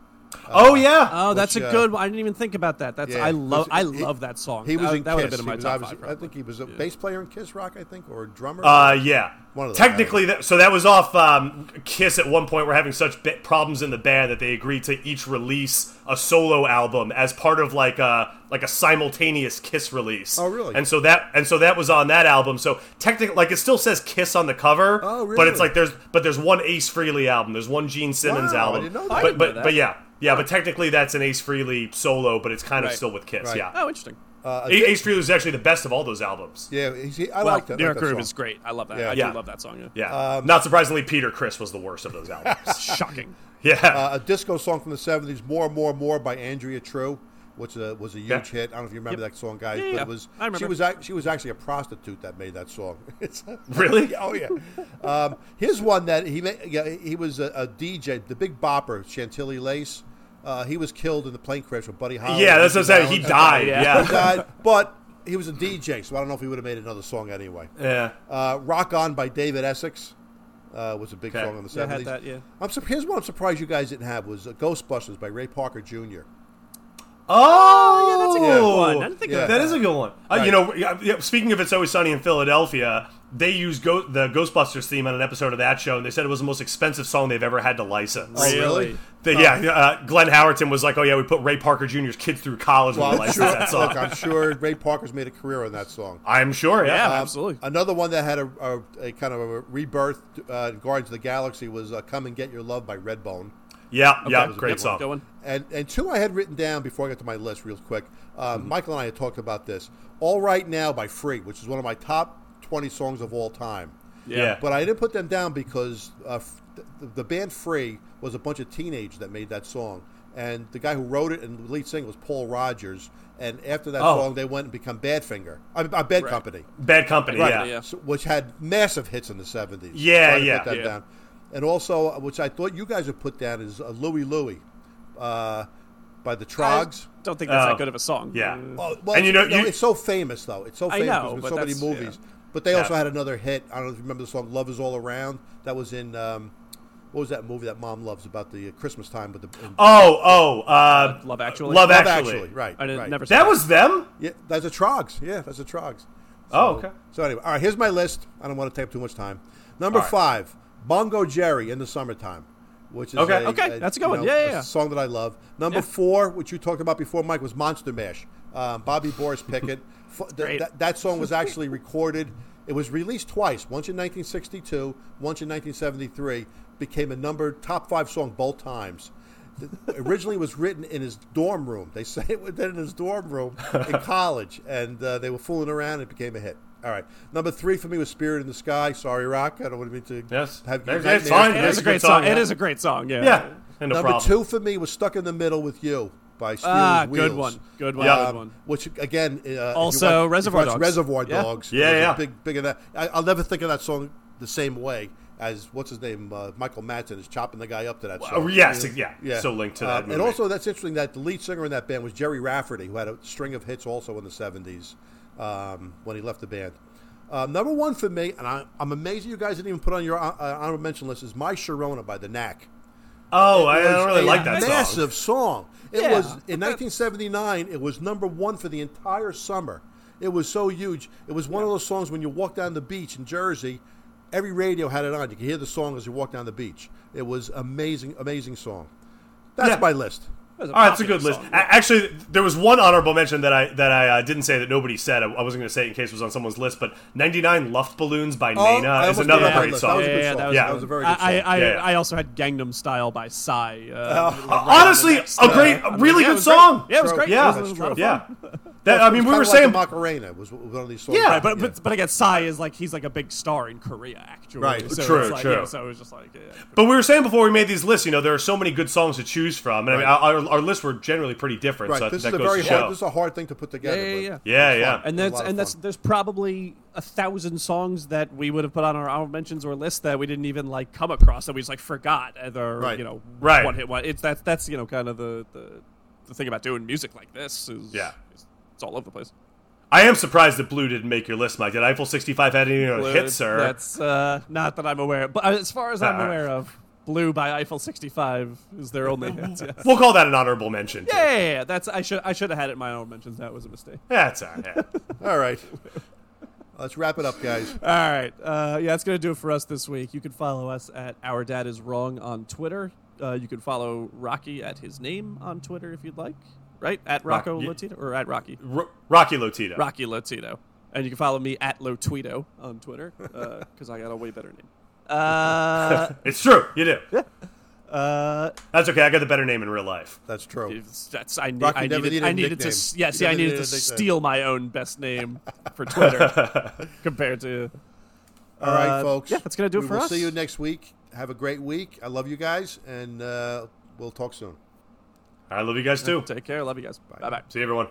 B: Oh, yeah.
A: Oh, that's
C: Which,
A: a
C: uh,
A: good one. I didn't even think about that. That's
C: Yeah.
A: I
C: It was-
A: love. I
C: it-
A: love that song.
C: He was
A: Um, that,
C: in
A: that would have been
C: Kiss.
A: in
C: He
A: my
C: was
A: top
C: obviously-
A: five.
C: I
A: probably.
C: think he was a bass player in Kiss Rock, I think, or a drummer.
B: Uh, yeah.
C: One of those,
B: Technically, that, so that was off um, Kiss at one point. We're having such bi- problems in the band that they agreed to each release a solo album as part of like a like a simultaneous Kiss release.
C: Oh, really?
B: And so that and so that was on that album. So technically, like it still says Kiss on the cover.
C: Oh,
B: But
C: really?
B: it's like there's but there's one Ace Frehley album. There's one Gene Simmons
C: Wow, I
B: album.
C: didn't know that.
B: But
C: I
A: didn't
B: but
A: know that.
B: but yeah yeah. But technically, that's an Ace Frehley solo. But it's kind of
A: Right.
B: still with Kiss.
C: Right.
B: Yeah.
A: Oh, interesting.
B: A- Ace Frehley is actually the best of all those albums.
C: yeah, he's, he, I
A: Well,
C: like that.
A: New
C: I
A: York
C: like that
A: Groove
C: song.
A: is great. I love that.
C: Yeah.
A: I
B: Yeah.
A: do love that song. Yeah.
B: Yeah.
C: Um,
B: Not surprisingly, Peter Chris was the worst of those
C: <laughs>
B: albums.
A: Shocking.
B: yeah.
C: Uh, a disco song from the '70s, "More, More, More" by Andrea True, which uh, was a huge
B: Yeah.
C: hit. I don't know if you remember that song, guys,
A: Yeah,
C: but
A: yeah.
C: it was.
A: I remember.
C: She was act- she was actually a prostitute that made that song. <laughs> It's-
B: <laughs> Really?
C: <laughs> oh yeah. Um, here's one that he ma- yeah, he was a, a DJ, the big bopper, Chantilly Lace. Uh, he was killed in the plane crash with Buddy Holly.
B: yeah, that's what I'm saying. He
C: Valentine.
B: died.
A: yeah.
B: Yeah.
C: He died, but he was a DJ, so I don't know if he would have made another song anyway.
B: Yeah.
C: Uh, Rock On by David Essex uh, was a big
B: Okay.
C: song in the 70s.
A: Yeah, I had that, yeah.
C: I'm sur- here's one I'm surprised you guys didn't have was uh, Ghostbusters by Ray Parker Jr.
B: Oh,
A: yeah, that's a good one. I didn't think
C: about
B: that
C: that.
B: is a good one. Uh, you know, yeah, yeah, speaking of It's Always Sunny in Philadelphia, they used Go- the Ghostbusters theme on an episode of that show, and they said it was the most expensive song they've ever had to license.
C: Oh, Really?
B: They- yeah, uh, Glenn Howerton was like, "Oh yeah, we put Ray Parker Jr.'s kids through college when
C: Well,
B: we
C: I'm
B: licensed
C: sure,
B: that song."
A: <laughs>
C: look, I'm sure Ray Parker's made a career on that song.
B: I'm sure. Yeah.
A: Yeah,
B: Uh,
A: absolutely.
C: Another one that had a, a, a kind of a rebirth, uh, Guardians of the Galaxy, was uh, "Come and Get Your Love" by Redbone.
B: yeah. Yeah.
C: Okay.
B: Great
A: Yep,
B: song.
A: Good one.
C: And and two I had written down before I got to my list real quick. Uh,
A: Mm-hmm.
C: Michael and I had talked about this. All Right Now by Free, which is one of my top 20 songs of all time.
B: Yeah.
C: But I didn't put them down because uh, f- the, the band Free was a bunch of teenagers that made that song. And the guy who wrote it and the lead singer was Paul Rogers. And after that
B: Oh.
C: song, they went and become Badfinger, I mean, uh, Bad Company,
B: Bad Company.
A: Right,
B: yeah.
A: yeah.
C: so- which had massive hits in the 70s.
B: Yeah,
C: So I didn't
B: yeah,
C: put that
B: yeah.
C: down. And also, uh, which I thought you guys would put down, is uh, Louie Louie uh, by the Trogs.
A: Don't think that's
B: Oh.
A: that good of a song.
B: Yeah.
A: Uh,
C: Well, well,
B: And you know,
C: no,
B: you-
C: it's so famous though. It's so
A: I
C: famous
A: know,
C: because
A: but
C: in so many
A: that's-
C: movies.
A: yeah.
C: But they also
B: Yeah.
C: had another hit. I don't know if you remember the song "Love Is All Around." That was in um, what was that movie that Mom loves about the uh, Christmas time with the in-
B: Oh, oh, uh,
A: Love Actually?
B: Love
A: Love
C: Love
B: Actually.
C: right?
A: I didn't,
C: right.
A: never. saw
B: That was them.
C: Yeah, that's a Trogs. Yeah, that's a Trogs. So,
B: Oh, okay.
C: So anyway, all right. Here's my list. I don't want to take up too much time. Number
B: All right.
C: five, Bongo Jerry in the summertime, which is
B: Okay.
C: a,
A: Okay, that's a good
C: you
A: one.
C: know,
A: Yeah, yeah, yeah.
C: a song that I love. Number
A: Yeah.
C: four, which you talked about before,
A: <laughs>
C: Mike, was Monster Mash. Um, Bobby Boris Pickett. F- th-
A: Great.
C: that- that song was actually recorded It was released twice, once in 1962, once in 1973, became a number top five song both times. The- Originally, it was written in his dorm room. They <laughs> say it was written in his dorm room
A: <laughs>
C: in college, and uh, they were fooling around. and It became a hit. All right, number three for me was "Spirit in the Sky." Sorry, Rock. I don't want to be to
B: Yes.
C: have
B: There's-
C: nightmares.
B: it's fine.
A: It
B: That's
A: is
B: a
A: a
B: good
A: great song.
B: song,
A: It
B: yeah.
A: is a great song. Yeah.
B: Yeah, and no
C: Number
B: problem.
C: two for me was "Stuck in the Middle with You" by Steelers
A: Ah,
C: Wheels.
A: good one. Good one.
B: Yeah.
A: Good
C: Um,
A: one.
C: Which again, uh, if you
A: Also
C: watch- if
A: Reservoir
C: you watch
A: Dogs.
C: Reservoir
A: Yeah.
C: Dogs.
B: Yeah,
C: there's a
B: yeah.
C: Big, big of that. I, I'll never think of that song the same way as what's his name, uh, Michael Madsen is chopping the guy up to that song.
B: Oh, yes, yeah.
C: Yeah.
B: So linked to
C: Uh,
B: that. movie.
C: and also, that's interesting that the lead singer in that band was Jerry Rafferty, who had a string of hits also in the 70s um, when he left the band. Uh, number one for me, and I, I'm amazed you guys didn't even put on your uh, uh, honorable mention list, is My Sharona by The Knack.
B: oh, I don't
C: It
B: really
C: was
B: like
C: a
B: that song.
C: massive song. It
A: Yeah.
C: was in 1979. It was number one for the entire summer. It was so huge. It was one of those songs when you walk down the beach in Jersey, every radio had it on. You could hear the song as you walk down the beach. It was amazing, amazing song. That's
B: Yeah.
C: my list.
A: That was
B: All right, it's a
A: popular
B: good list.
A: song.
B: A- Actually, there was one honorable mention that I that I uh, didn't say that nobody said. I, I wasn't going to say it in case it was on someone's list, but 99 Luft Balloons by
C: Oh, I
B: Nina is
C: almost put it
B: another
C: on my
B: great
C: list.
B: song.
C: That was a good
A: yeah,
C: song.
A: that was,
B: Yeah.
C: That was a very good
A: I,
C: song.
A: I,
B: Yeah, yeah.
A: I also had Gangnam Style by Psy.
B: <laughs>
A: Uh,
B: Uh, honestly, a great, a really
A: yeah, it
B: good
A: was great.
B: song.
A: Yeah, it was great.
B: Yeah,
A: It was a lot of
B: yeah. That I mean, we
C: Kinda
B: were
C: like the
B: saying
C: Macarena was one of these songs.
B: Yeah,
A: Right, but, but but again, Psy is like he's like a big star in Korea, actually.
C: Right.
A: So
B: True,
A: It's like,
B: true.
A: Yeah, so it was just like yeah.
B: But we were saying before we made these lists, you know, there are so many good songs to choose from, and I mean, our, our lists were generally pretty different.
C: right.
B: So I
C: this
B: think that
C: is a
B: goes
C: very
B: to show.
C: hard. This is a hard thing to put together.
A: Yeah, yeah,
C: but-
A: yeah.
B: yeah,
C: It's
B: yeah.
C: fun.
A: And
C: It was a
A: that's
C: lot of
A: and that's
C: fun.
A: there's probably a thousand songs that we would have put on our honorable mentions or list that we didn't even like come across that we just like forgot either
C: Right.
A: you know
B: Right.
A: one hit one. It's that's that's you know kind of the, the the thing about doing music like this is
B: Yeah.
A: it's, it's all over the place.
B: I am surprised that Blue didn't make your list, Mike. Did Eiffel 65 had any
A: Blue,
B: hits, Uh, sir?
A: That's uh, not that I'm aware, of. but uh, as far as I'm
B: Alright.
A: aware of, Blue by Eiffel 65 is
C: <laughs>
A: their only hit. Yes.
B: We'll call that an honorable mention. too.
A: Yeah, yeah, yeah, that's I should I should have had it in my own mentions. That was a mistake.
B: That's all right.
C: All right. <laughs> Let's wrap it up, guys.
A: All right, uh, yeah, that's gonna do it for us this week. You can follow us at Our Dad Is Wrong on Twitter. Uh, you can follow Rocky at his name on Twitter if you'd like. Right at
B: Rock-
A: Rocco
B: yeah.
A: Lotito or at Rocky
B: R- Rocky Lotito.
A: Rocky Lotito, and you can follow me at Lotito on Twitter <laughs> because I got a way better name.
C: <laughs>
A: Uh,
B: It's true. You do.
A: uh,
B: That's okay. I got the better name in real life.
C: That's true.
A: It's- That's, I, need,
C: Rocky
A: I
C: never
A: needed,
C: needed
A: I
C: a
A: needed to.
C: nickname.
A: s- Yeah,
C: He
A: see, I
C: never
A: needed
C: needed
A: to
C: a nickname.
A: steal my own best name for Twitter
C: <laughs>
A: compared to.
C: All right,
A: Uh,
C: folks.
A: yeah, that's gonna do it
C: we
A: for
C: will
A: us.
C: See you next week. Have a great week. I love you guys, and uh, we'll talk soon.
B: I love you guys too.
A: Take care. Love you guys. Bye bye.
B: See you, everyone.